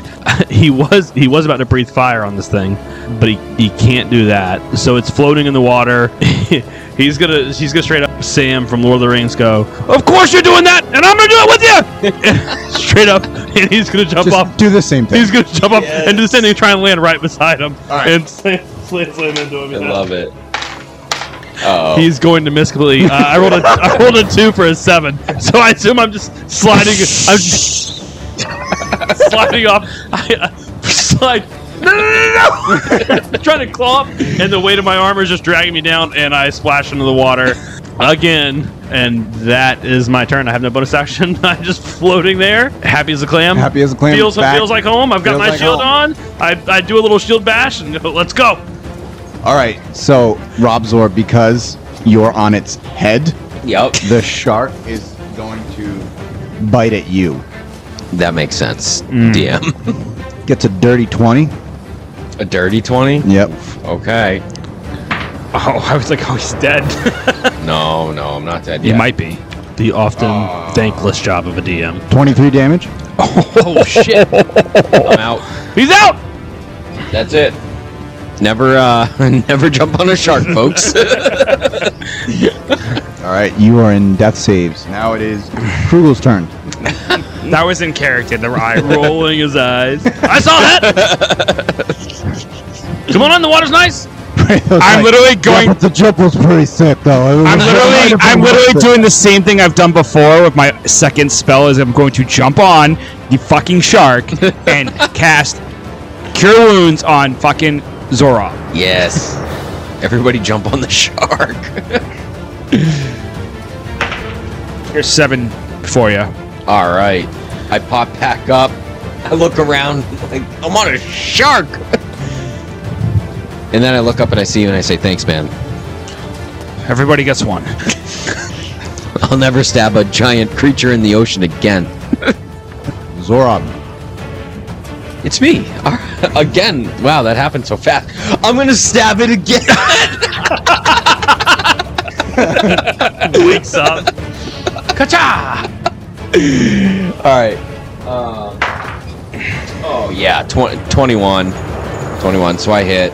Speaker 2: he was he was about to breathe fire on this thing, but he, he can't do that. So it's floating in the water. he's gonna he's gonna straight up Sam from Lord of the Rings go, Of course you're doing that, and I'm gonna do it with you Straight up and he's gonna jump off
Speaker 1: Just do the same thing.
Speaker 2: he's gonna jump up and do the same thing try and land right beside him.
Speaker 1: right.
Speaker 2: And slam slam, slam into him.
Speaker 3: I love it. Oh.
Speaker 2: He's going to miss completely. Uh, I rolled a I rolled a two for a seven, so I assume I'm just sliding. I'm just sliding off. I, I slide. No, no, no, no, no! trying to claw up, and the weight of my armor is just dragging me down, and I splash into the water again. And that is my turn. I have no bonus action. I'm just floating there, happy as a clam.
Speaker 1: Happy as a clam.
Speaker 2: Feels
Speaker 1: Back.
Speaker 2: feels like home. I've got
Speaker 1: Feels
Speaker 2: my
Speaker 1: like
Speaker 2: shield
Speaker 1: home.
Speaker 2: on. I, I do a little shield bash and go, let's go.
Speaker 1: All right, so Rob Zor, because you're on its head,
Speaker 3: Yep.
Speaker 1: the shark is going to bite at you.
Speaker 3: That makes sense.
Speaker 5: Mm.
Speaker 3: DM.
Speaker 1: Gets a dirty 20.
Speaker 3: A dirty 20?
Speaker 1: Yep.
Speaker 3: Okay.
Speaker 5: oh, I was like, oh, he's dead.
Speaker 3: No, no, I'm not dead
Speaker 5: He
Speaker 3: yet.
Speaker 5: might be.
Speaker 2: The often thankless job of a DM.
Speaker 1: 23 damage.
Speaker 3: Oh, shit. I'm out.
Speaker 2: He's out.
Speaker 3: That's it. Never, uh, never jump on a shark, folks.
Speaker 1: All right, you are in death saves. Now it is Krugel's turn.
Speaker 5: That was in character, the eye roll.
Speaker 2: rolling his eyes. I saw that. Come on in, the water's nice.
Speaker 1: I'm
Speaker 5: literally going-
Speaker 1: Yeah, but the jump was pretty sick, though. It was- it
Speaker 5: I'm
Speaker 1: might
Speaker 5: literally,
Speaker 1: have
Speaker 5: I'm
Speaker 1: been
Speaker 5: literally
Speaker 1: worth it.
Speaker 5: doing the same thing I've done before with my second spell. Is I'm going to jump on the fucking shark and cast Cure Wounds on fucking Zora.
Speaker 3: yes. Everybody jump on the shark.
Speaker 5: Here's seven for you.
Speaker 3: All right. I pop back up. I look around. Like, I'm on a shark. And then I look up and I see you and I say, thanks, man.
Speaker 5: Everybody gets one.
Speaker 3: I'll never stab a giant creature in the ocean again.
Speaker 1: Zorob.
Speaker 3: It's me. All right. Again. Wow, that happened so fast. I'm going to stab it again.
Speaker 2: Wakes up.
Speaker 3: All right. Uh, oh yeah, tw- 21. 21, so I hit.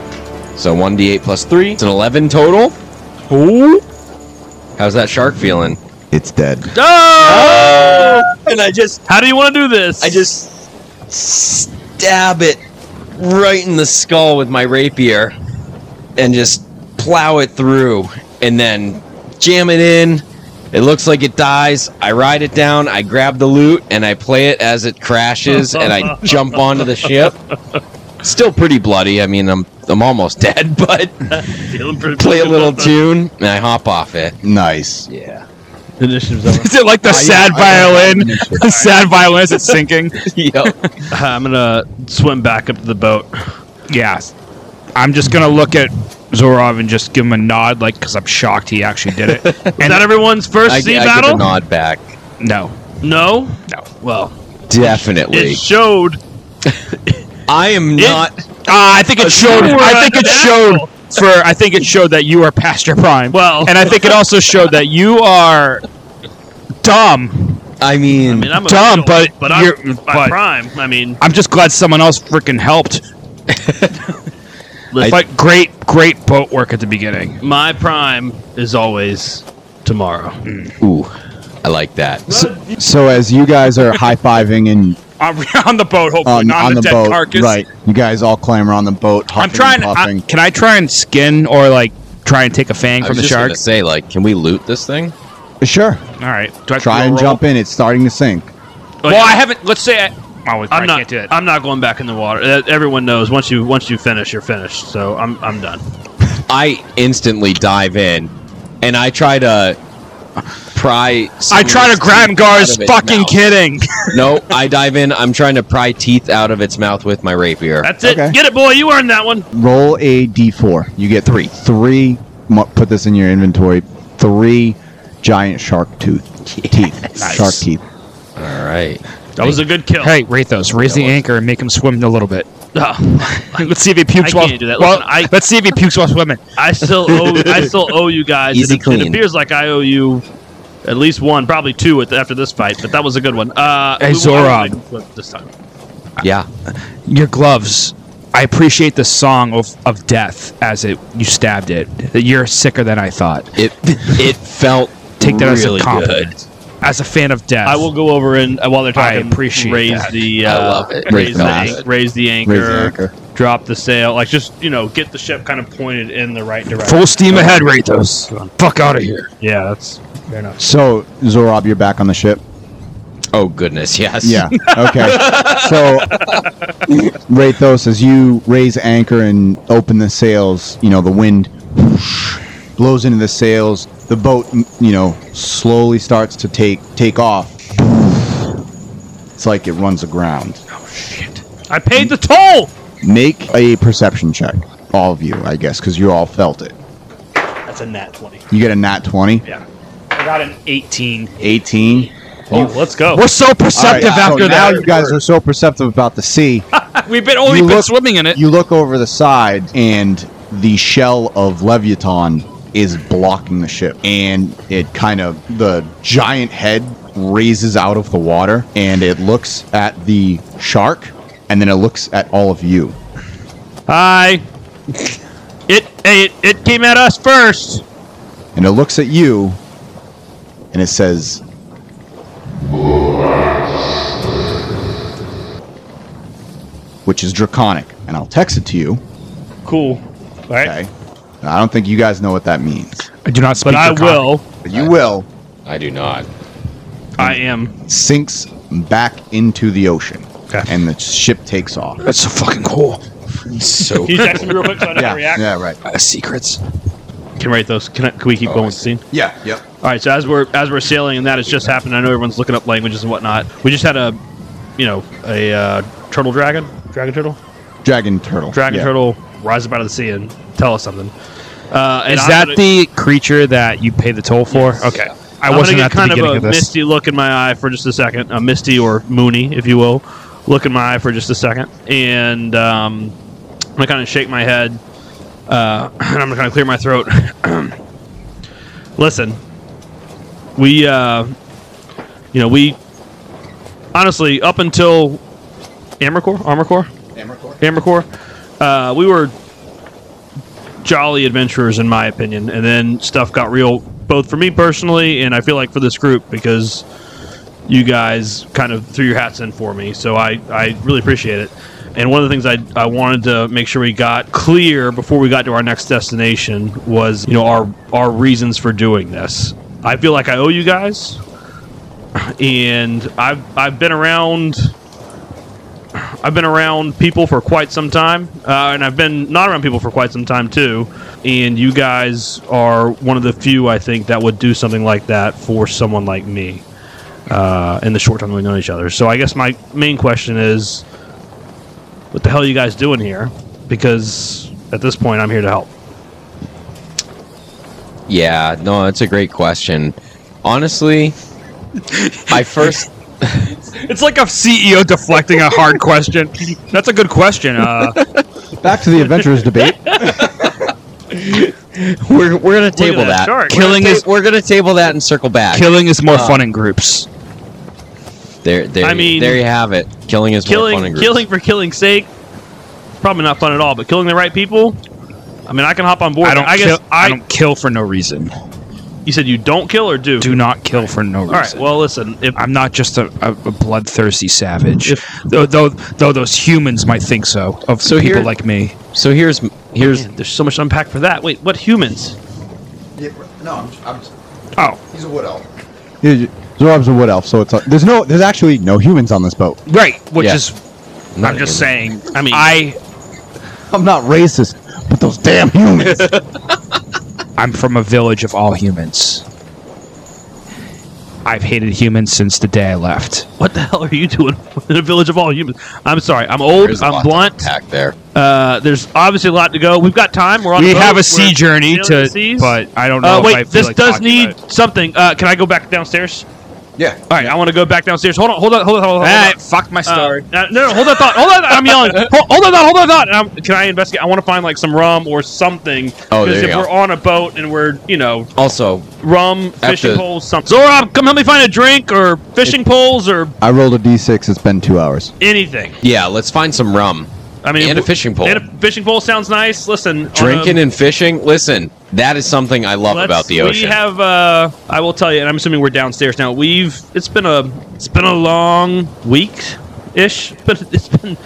Speaker 3: So 1d8 plus 3. It's an 11 total.
Speaker 5: Ooh.
Speaker 3: How's that shark feeling?
Speaker 1: It's dead.
Speaker 6: And I just,
Speaker 2: How do you want to do this?
Speaker 3: I just stab it right in the skull with my rapier and just plow it through and then jam it in. It looks like it dies. I ride it down, I grab the loot, and I play it as it crashes and I jump onto the ship. Still pretty bloody. I mean, I'm I'm almost dead, but
Speaker 2: Feeling pretty
Speaker 3: play a
Speaker 2: good
Speaker 3: little
Speaker 2: about that.
Speaker 3: tune and I hop off it.
Speaker 1: Nice.
Speaker 3: Yeah.
Speaker 2: Initiative's over.
Speaker 5: Is it like the sad violin? The sad violin is sinking.
Speaker 3: Yep.
Speaker 2: I'm gonna swim back up to the boat.
Speaker 5: Yeah. I'm just gonna look at Zorov and just give him a nod, like, because I'm shocked he actually did it.
Speaker 2: Is that everyone's first
Speaker 3: I, I
Speaker 2: sea
Speaker 3: give a
Speaker 2: battle?
Speaker 3: nod back.
Speaker 5: No.
Speaker 2: No.
Speaker 5: No.
Speaker 2: Well,
Speaker 3: Definitely.
Speaker 2: it showed.
Speaker 3: I am not
Speaker 5: Uh, I think it showed.
Speaker 2: you were
Speaker 5: I think
Speaker 2: an
Speaker 5: it showed for. I think it showed that you are past your prime.
Speaker 2: Well-
Speaker 5: and I think it also showed that you are dumb.
Speaker 3: I mean,
Speaker 2: I mean, I'm a
Speaker 5: Dumb,
Speaker 2: middle,
Speaker 5: but
Speaker 2: but I'm,
Speaker 5: you're-
Speaker 2: I'm
Speaker 5: but-
Speaker 2: prime. I mean,
Speaker 5: I'm just glad someone else freaking helped.
Speaker 2: I-
Speaker 5: but great, great boat work at the beginning.
Speaker 2: my prime is always tomorrow.
Speaker 3: Ooh, I like that.
Speaker 1: So as you guys are high fiving and
Speaker 5: On, on the boat, hopefully,
Speaker 1: on,
Speaker 5: not
Speaker 1: on
Speaker 5: on,
Speaker 1: the,
Speaker 5: dead
Speaker 1: boat,
Speaker 5: carcass.
Speaker 1: right? You guys all clamber on the boat.
Speaker 5: I'm
Speaker 1: huffing
Speaker 5: trying.
Speaker 1: and
Speaker 5: I,
Speaker 1: puffing.
Speaker 5: can I try and skin or like try and take a fang
Speaker 3: I
Speaker 5: from
Speaker 3: was
Speaker 5: the
Speaker 3: just
Speaker 5: shark?
Speaker 3: gonna say, like, can we loot this thing?
Speaker 1: sure.
Speaker 5: All right. Do I
Speaker 1: Try and jump in. It's starting to sink.
Speaker 5: Well, I haven't. Let's say. I, oh,
Speaker 2: I'm not.
Speaker 5: Can't do that.
Speaker 2: I'm not going back in the water. Uh, Everyone knows once you once you finish, you're finished. So I'm I'm done.
Speaker 3: I instantly dive in, and I try to pry.
Speaker 5: I try to grab Gar's
Speaker 3: out of its
Speaker 5: fucking
Speaker 3: mouth.
Speaker 5: kidding.
Speaker 3: no, I dive in. I'm trying to pry teeth out of its mouth with my rapier.
Speaker 2: That's it.
Speaker 1: Okay.
Speaker 2: Get it, boy. You earned that one.
Speaker 1: Roll a d4. You get three. Three. mu- Put this in your inventory. Three giant shark tooth teeth. Shark teeth.
Speaker 3: All right.
Speaker 2: That was a good kill.
Speaker 5: Hey, Rathos, raise the
Speaker 3: That was-
Speaker 5: anchor and make him swim a little bit.
Speaker 2: Ah,
Speaker 5: let's see if he pukes
Speaker 2: I
Speaker 5: while.
Speaker 2: can't do that.
Speaker 5: Well,
Speaker 2: Listen, I-
Speaker 5: let's see if he pukes while swimming.
Speaker 2: I still owe I still owe you guys.
Speaker 3: Easy
Speaker 2: it, it
Speaker 3: clean.
Speaker 2: appears like I owe you at least one, probably two at the, after this fight. But that was a good one. Uh,
Speaker 5: Hey,
Speaker 2: we-
Speaker 5: Zorog.
Speaker 2: we- we- This time.
Speaker 3: Yeah.
Speaker 5: Your gloves. I appreciate the song of, of death as it you stabbed it. That You're sicker than I thought.
Speaker 3: It it felt
Speaker 5: Take that
Speaker 3: really
Speaker 5: as a
Speaker 3: good.
Speaker 5: compliment. As a fan of death,
Speaker 2: I will go over and uh, while they're
Speaker 5: I
Speaker 2: talking,
Speaker 5: appreciate
Speaker 2: raise
Speaker 5: that.
Speaker 2: the.
Speaker 3: I
Speaker 2: Uh,
Speaker 3: love it.
Speaker 1: Raise
Speaker 2: Raise the,
Speaker 1: the
Speaker 2: anchor,
Speaker 1: anchor.
Speaker 2: raise the anchor.
Speaker 1: Raise the anchor.
Speaker 2: Drop the sail. Like just you know, get the ship kind of pointed in the right direction.
Speaker 5: full steam ahead, Rathos. Fuck out of here.
Speaker 2: Yeah, that's
Speaker 1: So Zorob, you're back on the ship.
Speaker 3: Oh goodness, yes.
Speaker 1: Yeah. Okay. so, Rathos, as you raise anchor and open the sails, you know the wind whoosh, blows into the sails. The boat, m- you know, slowly starts to take take off. It's like it runs aground.
Speaker 2: I paid the toll.
Speaker 1: Make a perception check, all of you, I guess, because you all felt it.
Speaker 2: That's a nat twenty.
Speaker 1: You get a nat twenty,
Speaker 2: Yeah.
Speaker 5: I got an 18.
Speaker 1: eighteen.
Speaker 2: Oh, let's go.
Speaker 5: We're so perceptive
Speaker 1: All right, so
Speaker 5: after
Speaker 1: now
Speaker 5: that.
Speaker 1: you guys are so perceptive about the sea.
Speaker 5: We've been only
Speaker 1: you
Speaker 5: been
Speaker 1: look-
Speaker 5: swimming in it.
Speaker 1: You look over the side, and the shell of Leviathan is blocking the ship. And it kind of, the giant head raises out of the water, and it looks at the shark, and then it looks at all of you.
Speaker 2: Hi. It, hey, it it came at us first.
Speaker 1: And it looks at you, and it says, which is draconic. And I'll text it to you.
Speaker 2: Cool. All right.
Speaker 1: Okay. And I don't think you guys know what that means,
Speaker 5: I do not speak
Speaker 2: But I
Speaker 5: Draconic.
Speaker 2: will.
Speaker 1: but you will.
Speaker 3: I do not.
Speaker 2: I am.
Speaker 1: sinks back into the ocean,
Speaker 2: Okay.
Speaker 1: and the ship takes off.
Speaker 5: That's so fucking cool.
Speaker 3: So
Speaker 2: Can you text me real quick so I know how to react?
Speaker 1: yeah, right.
Speaker 5: Uh, secrets.
Speaker 2: Can write those. Can, I, can we keep going with the scene?
Speaker 1: Yeah, yep.
Speaker 2: All right. So as we're as we're sailing and that has just happened, I know everyone's looking up languages and whatnot. We just had a, you know, a uh, turtle dragon, dragon turtle,
Speaker 1: Dragon turtle.
Speaker 2: dragon
Speaker 1: Yeah.
Speaker 2: turtle rise up out of the sea and tell us something. Uh, and
Speaker 5: Is
Speaker 2: I'm
Speaker 5: that
Speaker 2: gonna-
Speaker 5: the creature that you pay the toll for? Okay. I
Speaker 2: I'm
Speaker 5: wasn't
Speaker 2: gonna get
Speaker 5: at the
Speaker 2: kind of
Speaker 5: beginning
Speaker 2: a
Speaker 5: of, this.
Speaker 2: misty look in my eye for just a second, a misty or moony, if you will, look in my eye for just a second, and um, I'm gonna kind of shake my head, uh, and I'm gonna kind of clear my throat. Listen, we, uh, you know, we honestly, up until Amricore, Armor Core, Amricore, uh, we were jolly adventurers, in my opinion. And then stuff got real, both for me personally, and I feel like for this group because you guys kind of threw your hats in for me. So I, I really appreciate it. And one of the things I, I wanted to make sure we got clear before we got to our next destination was, you know, our our reasons for doing this. I feel like I owe you guys. And I've I've been around I've been around people for quite some time, uh, and I've been not around people for quite some time too. And you guys are one of the few I think that would do something like that for someone like me uh, in the short time we know each other. So I guess my main question is, what the hell are you guys doing here? Because at this point, I'm here to help.
Speaker 3: Yeah, no, that's a great question. Honestly, I first
Speaker 4: It's like a CEO deflecting a hard question. That's a good question. Uh,
Speaker 1: Back to the adventurers debate.
Speaker 3: we're, we're gonna table
Speaker 2: that
Speaker 3: that.
Speaker 2: chart.
Speaker 3: Killing
Speaker 4: Killing
Speaker 3: is
Speaker 4: is-
Speaker 3: we're gonna table that and circle back.
Speaker 4: killing is more fun in groups.
Speaker 3: there, there,
Speaker 2: I mean-
Speaker 3: there you have it. Killing is more fun in
Speaker 2: Killing,
Speaker 3: groups.
Speaker 2: killing for killing's sake, probably not fun at all. But killing the right people, I mean, I can hop on board.
Speaker 4: I don't.
Speaker 2: I guess
Speaker 4: kill,
Speaker 2: I,
Speaker 4: I don't kill for no reason.
Speaker 2: You said you don't kill or do.
Speaker 4: Do not kill for no reason.
Speaker 2: all right. Well, listen. If
Speaker 4: I'm not just a, a, a bloodthirsty savage, though, though though those humans might think so of
Speaker 3: So
Speaker 4: people
Speaker 3: here-
Speaker 4: like me.
Speaker 3: so here's here's
Speaker 2: Man, there's so much to unpack for that. Wait, what humans?
Speaker 1: no, I'm, I'm
Speaker 4: Oh,
Speaker 1: he's a wood elf. Zorob's a wood elf, so it's like, there's no there's actually no humans on this boat.
Speaker 4: right. Which
Speaker 3: Yeah.
Speaker 4: is,
Speaker 3: Not
Speaker 4: I'm just
Speaker 3: even-
Speaker 4: saying.
Speaker 2: I mean,
Speaker 4: I
Speaker 1: I'm not racist, but those damn humans.
Speaker 4: I'm from a village of all humans. I've hated humans since the day I left.
Speaker 2: what the hell are you doing in a village of all humans? I'm sorry. I'm old.
Speaker 3: There's a lot
Speaker 2: I'm
Speaker 3: to
Speaker 2: blunt.
Speaker 3: unpack there.
Speaker 2: Uh, there's obviously a lot to go. We've got time. We're on.
Speaker 4: We
Speaker 2: the boat.
Speaker 4: have
Speaker 2: We're
Speaker 4: a sea journey
Speaker 2: sailing the
Speaker 4: to,
Speaker 2: seas.
Speaker 4: but I don't know.
Speaker 2: Uh,
Speaker 4: if I
Speaker 2: wait,
Speaker 4: feel
Speaker 2: this
Speaker 4: like
Speaker 2: does
Speaker 4: talking about
Speaker 2: need
Speaker 4: it.
Speaker 2: something. Uh, can I go back downstairs?
Speaker 1: yeah.
Speaker 2: All right, I want to go back downstairs. Hold on, hold on, hold on, hold on. Hold on.
Speaker 4: Ah, fuck my
Speaker 2: Uh,
Speaker 4: story.
Speaker 2: uh, no, no, hold that thought. Hold on, I'm yelling. Hold, hold that thought. Hold that thought. And I'm, can I investigate? I want to find like some rum or something.
Speaker 3: Oh, there
Speaker 2: Because
Speaker 3: you
Speaker 2: if
Speaker 3: go.
Speaker 2: we're on a boat and we're, you know,
Speaker 3: Also,
Speaker 2: rum, fishing
Speaker 3: to-
Speaker 2: poles, something. Zorob, come help me find a drink or fishing poles or
Speaker 1: I rolled a d6. It's been two hours.
Speaker 2: anything.
Speaker 3: yeah, let's find some rum.
Speaker 2: I mean,
Speaker 3: And a fishing pole.
Speaker 2: And a fishing pole sounds nice. Listen, uh, on
Speaker 3: Drinking
Speaker 2: a-
Speaker 3: and fishing. Listen, that is something I love
Speaker 2: let's-
Speaker 3: about the ocean.
Speaker 2: We have. Uh, I will tell you, and I'm assuming we're downstairs now. We've. It's been a. It's been a long week, ish. But it's been.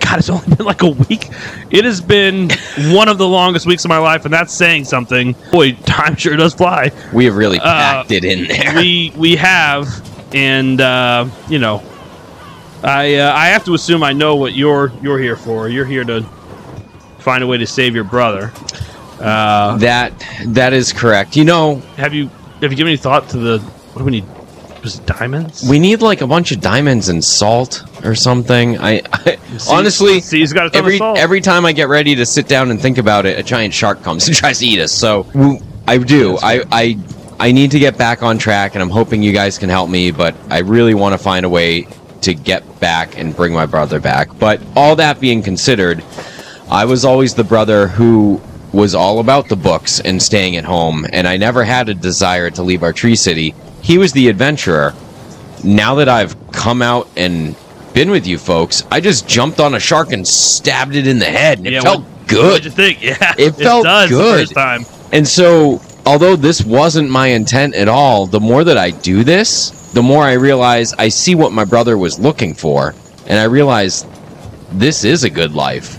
Speaker 2: God, it's only been like a week. It has been one of the longest weeks of my life, and that's saying something. Boy, time sure does fly.
Speaker 3: We have really
Speaker 2: Uh,
Speaker 3: packed it in there.
Speaker 2: we we have, and uh, you know, I uh, I have to assume I know what you're you're here for. You're here to find a way to save your brother. Uh,
Speaker 3: that that is correct. You know,
Speaker 2: have you have you given any thought to the what do we need? Was it diamonds?
Speaker 3: we need like a bunch of diamonds and salt or something. I, I honestly,
Speaker 2: see, he's got a ton
Speaker 3: every
Speaker 2: of salt.
Speaker 3: every time I get ready to sit down and think about it, a giant shark comes and tries to eat us. So w- I do. I I I need to get back on track, and I'm hoping you guys can help me. But I really want to find a way to get back and bring my brother back. But all that being considered, I was always the brother who was all about the books and staying at home, and I never had a desire to leave our tree city. He was the adventurer now that I've come out and been with you folks, I just jumped on a shark and stabbed it in the head, and it
Speaker 2: Yeah,
Speaker 3: felt
Speaker 2: what- What'd you
Speaker 3: good.
Speaker 2: think? Yeah,
Speaker 3: It felt
Speaker 2: does the
Speaker 3: good.
Speaker 2: first time.
Speaker 3: And so, although this wasn't my intent at all, the more that I do this, the more I realize I see what my brother was looking for, and I realize this is a good life.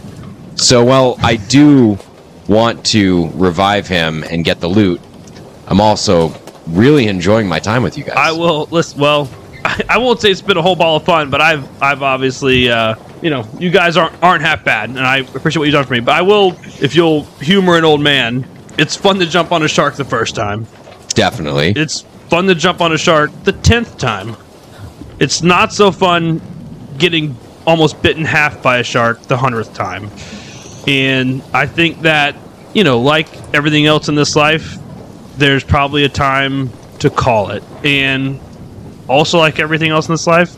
Speaker 3: So, while I do want to revive him and get the loot, I'm also really enjoying my time with you guys.
Speaker 2: I will listen. Well, I, I won't say it's been a whole ball of fun, but I've I've obviously uh, you know you guys aren't aren't half bad, and I appreciate what you've done for me. But I will, if you'll humor an old man, it's fun to jump on a shark the first time.
Speaker 3: Definitely.
Speaker 2: It's fun to jump on a shark the tenth time. It's not so fun getting almost bit in half by a shark the hundredth time. And I think that you know, like everything else in this life, there's probably a time to call it. And also, like everything else in this life,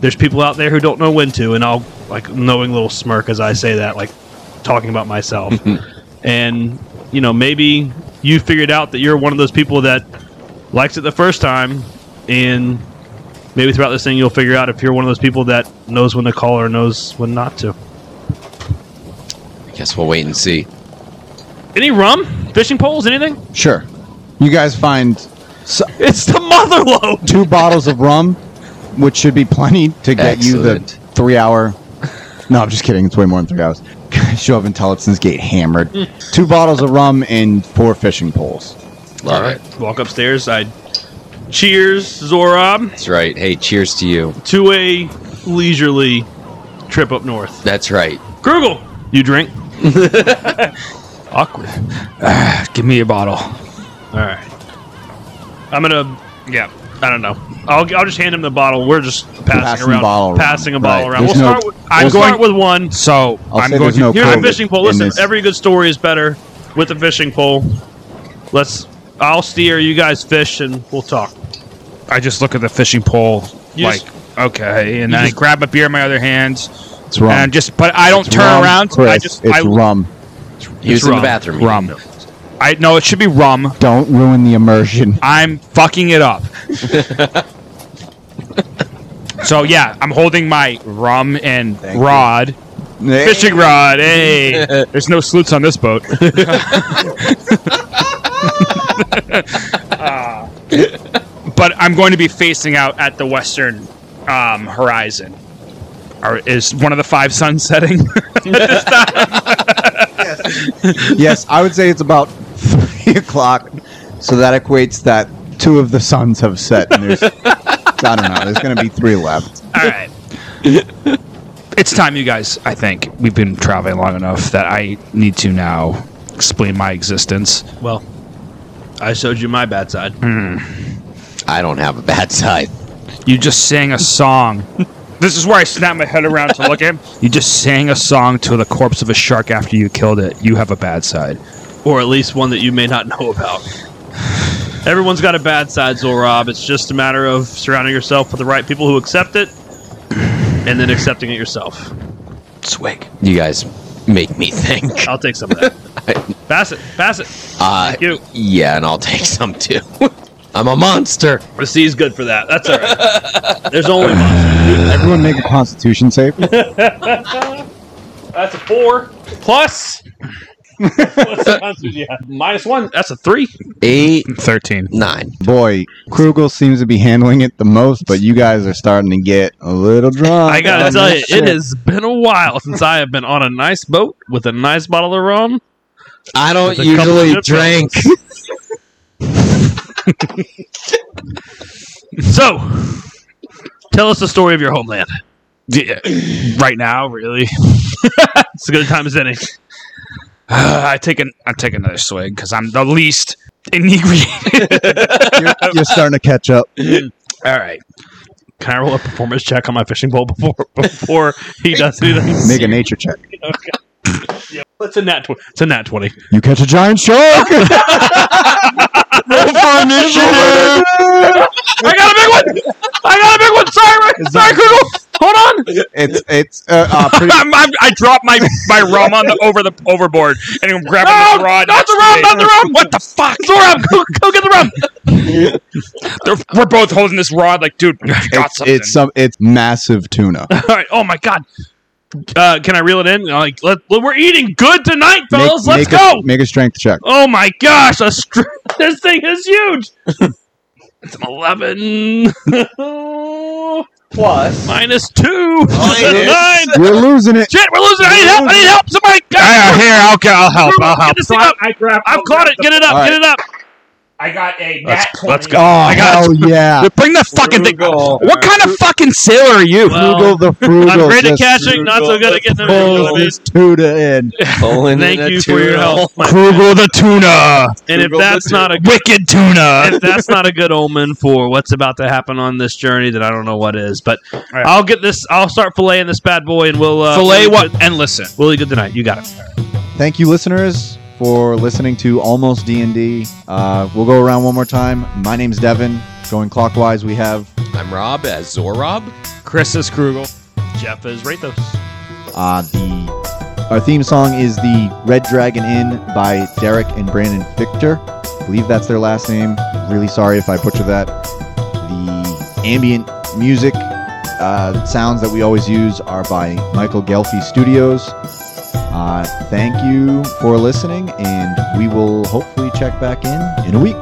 Speaker 2: there's people out there who don't know when to. And I'll like knowing little smirk as I say that, like talking about myself. and you know, maybe you figured out that you're one of those people that likes it the first time and maybe throughout this thing you'll figure out if you're one of those people that knows when to call or knows when not to.
Speaker 3: I guess we'll wait and see.
Speaker 2: Any rum? Fishing poles? Anything?
Speaker 1: Sure. You guys find s-
Speaker 2: It's the mother load.
Speaker 1: two bottles of rum, which should be plenty to get you the
Speaker 3: Excellent.
Speaker 1: three hour. No, I'm just kidding. It's way more than three hours. Show up in Telletson's gate hammered. two bottles of rum and four fishing poles.
Speaker 3: Love it.
Speaker 2: Walk upstairs. I cheers Zorob
Speaker 3: That's right. Hey, cheers to you.
Speaker 2: to a leisurely trip up north.
Speaker 3: That's right.
Speaker 2: Grugel, you drink?
Speaker 5: Awkward. Ah, give me a bottle.
Speaker 2: All right. I'm gonna. Yeah. I don't know. I'll, I'll just hand him the bottle. We're just passing,
Speaker 1: Passing the
Speaker 2: around,
Speaker 1: bottle around.
Speaker 2: passing a bottle
Speaker 1: Right.
Speaker 2: around.
Speaker 1: There's
Speaker 2: we'll
Speaker 1: no-
Speaker 2: start. With, I'm
Speaker 1: there's-
Speaker 2: going with one.
Speaker 5: So
Speaker 1: I'll
Speaker 5: I'm
Speaker 1: say
Speaker 5: going
Speaker 1: there's
Speaker 5: to
Speaker 1: no
Speaker 2: Here's a
Speaker 1: COVID
Speaker 2: fishing pole.
Speaker 1: in
Speaker 2: Listen,
Speaker 1: this.
Speaker 2: every good story is better with a fishing pole. Let's. I'll steer. You guys fish, and we'll talk.
Speaker 5: I just look at the fishing pole,
Speaker 2: You
Speaker 5: like
Speaker 2: just-
Speaker 5: okay, and
Speaker 2: you
Speaker 5: I
Speaker 2: just-
Speaker 5: grab a beer in my other hand,
Speaker 1: It's rum.
Speaker 5: and just but I don't
Speaker 1: It's
Speaker 5: turn
Speaker 1: rum,
Speaker 5: around.
Speaker 1: Chris.
Speaker 5: I just
Speaker 1: it's
Speaker 5: I,
Speaker 1: rum.
Speaker 3: He was in
Speaker 2: rum.
Speaker 3: the bathroom.
Speaker 5: rum. I no, it should be rum.
Speaker 1: Don't ruin the immersion.
Speaker 5: I'm fucking it up. so yeah, I'm holding my rum and
Speaker 1: Thank you.
Speaker 5: rod, fishing rod. Hey, there's no sleuths on this boat. Ah. but I'm going to be facing out at the western um, horizon. Or is one of the five suns setting?
Speaker 1: yes, I would say it's about three o'clock. So that equates that two of the suns have set. And there's, I don't know. There's going to be three left.
Speaker 5: All right. it's time, you guys. I think we've been traveling long enough that I need to now explain my existence.
Speaker 2: Well, I showed you my bad side.
Speaker 1: Hmm.
Speaker 3: I don't have a bad side.
Speaker 5: You just sang a song. this is where I snap my head around to look at him. You just sang a song to the corpse of a shark after you killed it. You have a bad side.
Speaker 2: or at least one that you may not know about. Everyone's got a bad side, Zorob. It's just a matter of surrounding yourself with the right people who accept it, and then accepting it yourself.
Speaker 3: Swig. You guys make me think.
Speaker 2: I'll take some of that. pass it, pass it.
Speaker 3: Uh,
Speaker 2: Thank you.
Speaker 3: Yeah, and I'll take some too. I'm a monster.
Speaker 2: The C's good for that. That's all right. There's only one.
Speaker 1: Everyone make a constitution save.
Speaker 2: That's a four plus. What's the concept? Yeah. Minus one. That's a three.
Speaker 3: Eight,
Speaker 5: Thirteen.
Speaker 3: nine.
Speaker 1: Boy, Krugel seems to be handling it the most, but you guys are starting to get a little drunk.
Speaker 2: I gotta
Speaker 1: on
Speaker 2: tell you,
Speaker 1: this
Speaker 2: it
Speaker 1: shit.
Speaker 2: has been a while since I have been on a nice boat with a nice bottle of rum.
Speaker 3: I don't
Speaker 2: With a couple
Speaker 3: usually
Speaker 2: of
Speaker 3: drink.
Speaker 2: So, tell us the story of your homeland.
Speaker 5: Yeah. right now, really.
Speaker 2: It's a good time as any.
Speaker 5: I take an I take another swig because I'm the least inebriated.
Speaker 1: You're, you're starting to catch up.
Speaker 5: All right.
Speaker 2: Can I roll a performance check on my fishing pole before before he does anything?
Speaker 1: Make a nature check.
Speaker 2: It's a nat twenty. It's a nat twenty.
Speaker 1: You catch a giant shark. Roll for initiative.
Speaker 2: I got a big one. I got a big one. Sorry, sorry, Google. Hold on.
Speaker 1: It's it's uh, uh, pretty.
Speaker 5: I'm, I'm, I drop my, my rum on the over the overboard and I'm grabbing the rod.
Speaker 2: Not the rum. Not the rum. What?
Speaker 5: What the fuck?
Speaker 2: The rum. Go, go get the rum.
Speaker 5: They're- we're both holding this rod like, dude, I got
Speaker 1: It's,
Speaker 5: something.
Speaker 1: it's some it's massive tuna.
Speaker 2: All right. Oh my god. Uh, can I reel it in? I'm like, let, let- we're eating good tonight,
Speaker 1: Make,
Speaker 2: fellas.
Speaker 1: make
Speaker 2: Let's
Speaker 1: a,
Speaker 2: go.
Speaker 1: Make a strength check.
Speaker 2: oh my gosh, a str- this thing is huge. it's an eleven
Speaker 6: Plus,
Speaker 2: minus two.
Speaker 6: Minus-
Speaker 2: Nine.
Speaker 1: You're losing it.
Speaker 2: Shit, we're losing. I need help. I need help. Somebody,
Speaker 5: Ah,
Speaker 2: guys,
Speaker 5: here, I'll, get- I'll help. I'll
Speaker 2: get
Speaker 5: help.
Speaker 2: this thing up.
Speaker 5: I grab.
Speaker 2: I've caught it. Get it up.
Speaker 1: All right.
Speaker 2: Get it up.
Speaker 5: I got a
Speaker 2: Let's-
Speaker 5: nat
Speaker 2: let's
Speaker 5: 20.
Speaker 1: Oh hell yeah!
Speaker 5: Bring the fucking thing.
Speaker 6: Frugal.
Speaker 5: What kind of fucking sailor are you?
Speaker 2: Well,
Speaker 1: Frugal the frugal.
Speaker 2: I'm great at
Speaker 1: just
Speaker 2: caching, not so good at getting them. You know what I
Speaker 1: pulls
Speaker 2: mean?
Speaker 1: this tuna in.
Speaker 6: pulling in a
Speaker 2: Thank you for your
Speaker 6: tuna.
Speaker 2: help. my friend.
Speaker 5: Krugel the tuna.
Speaker 2: And if
Speaker 6: Google the
Speaker 2: that's not a
Speaker 5: Wicked tuna.
Speaker 2: if that's not a good omen for what's about to happen on this journey, then I don't know what is. But I'll get this. I'll start filleting this bad boy, and we'll uh,
Speaker 5: Filet
Speaker 2: we'll
Speaker 5: what? And listen.
Speaker 2: We'll eat good tonight. You got it.
Speaker 1: Thank you, listeners, for listening to Almost D and D. Uh, we'll go around one more time. My name's Devin. Going clockwise, we have
Speaker 3: I'm Rob as Zorob.
Speaker 5: Chris is Krugel.
Speaker 2: Jeff is Rathos.
Speaker 1: Uh, the our theme song is the Red Dragon Inn by Derek and Brandon Victor. I believe that's their last name. Really sorry if I butcher that. The ambient music uh, sounds that we always use are by Michael Gelfi Studios. Uh, thank you for listening, and we will hopefully check back in in a week.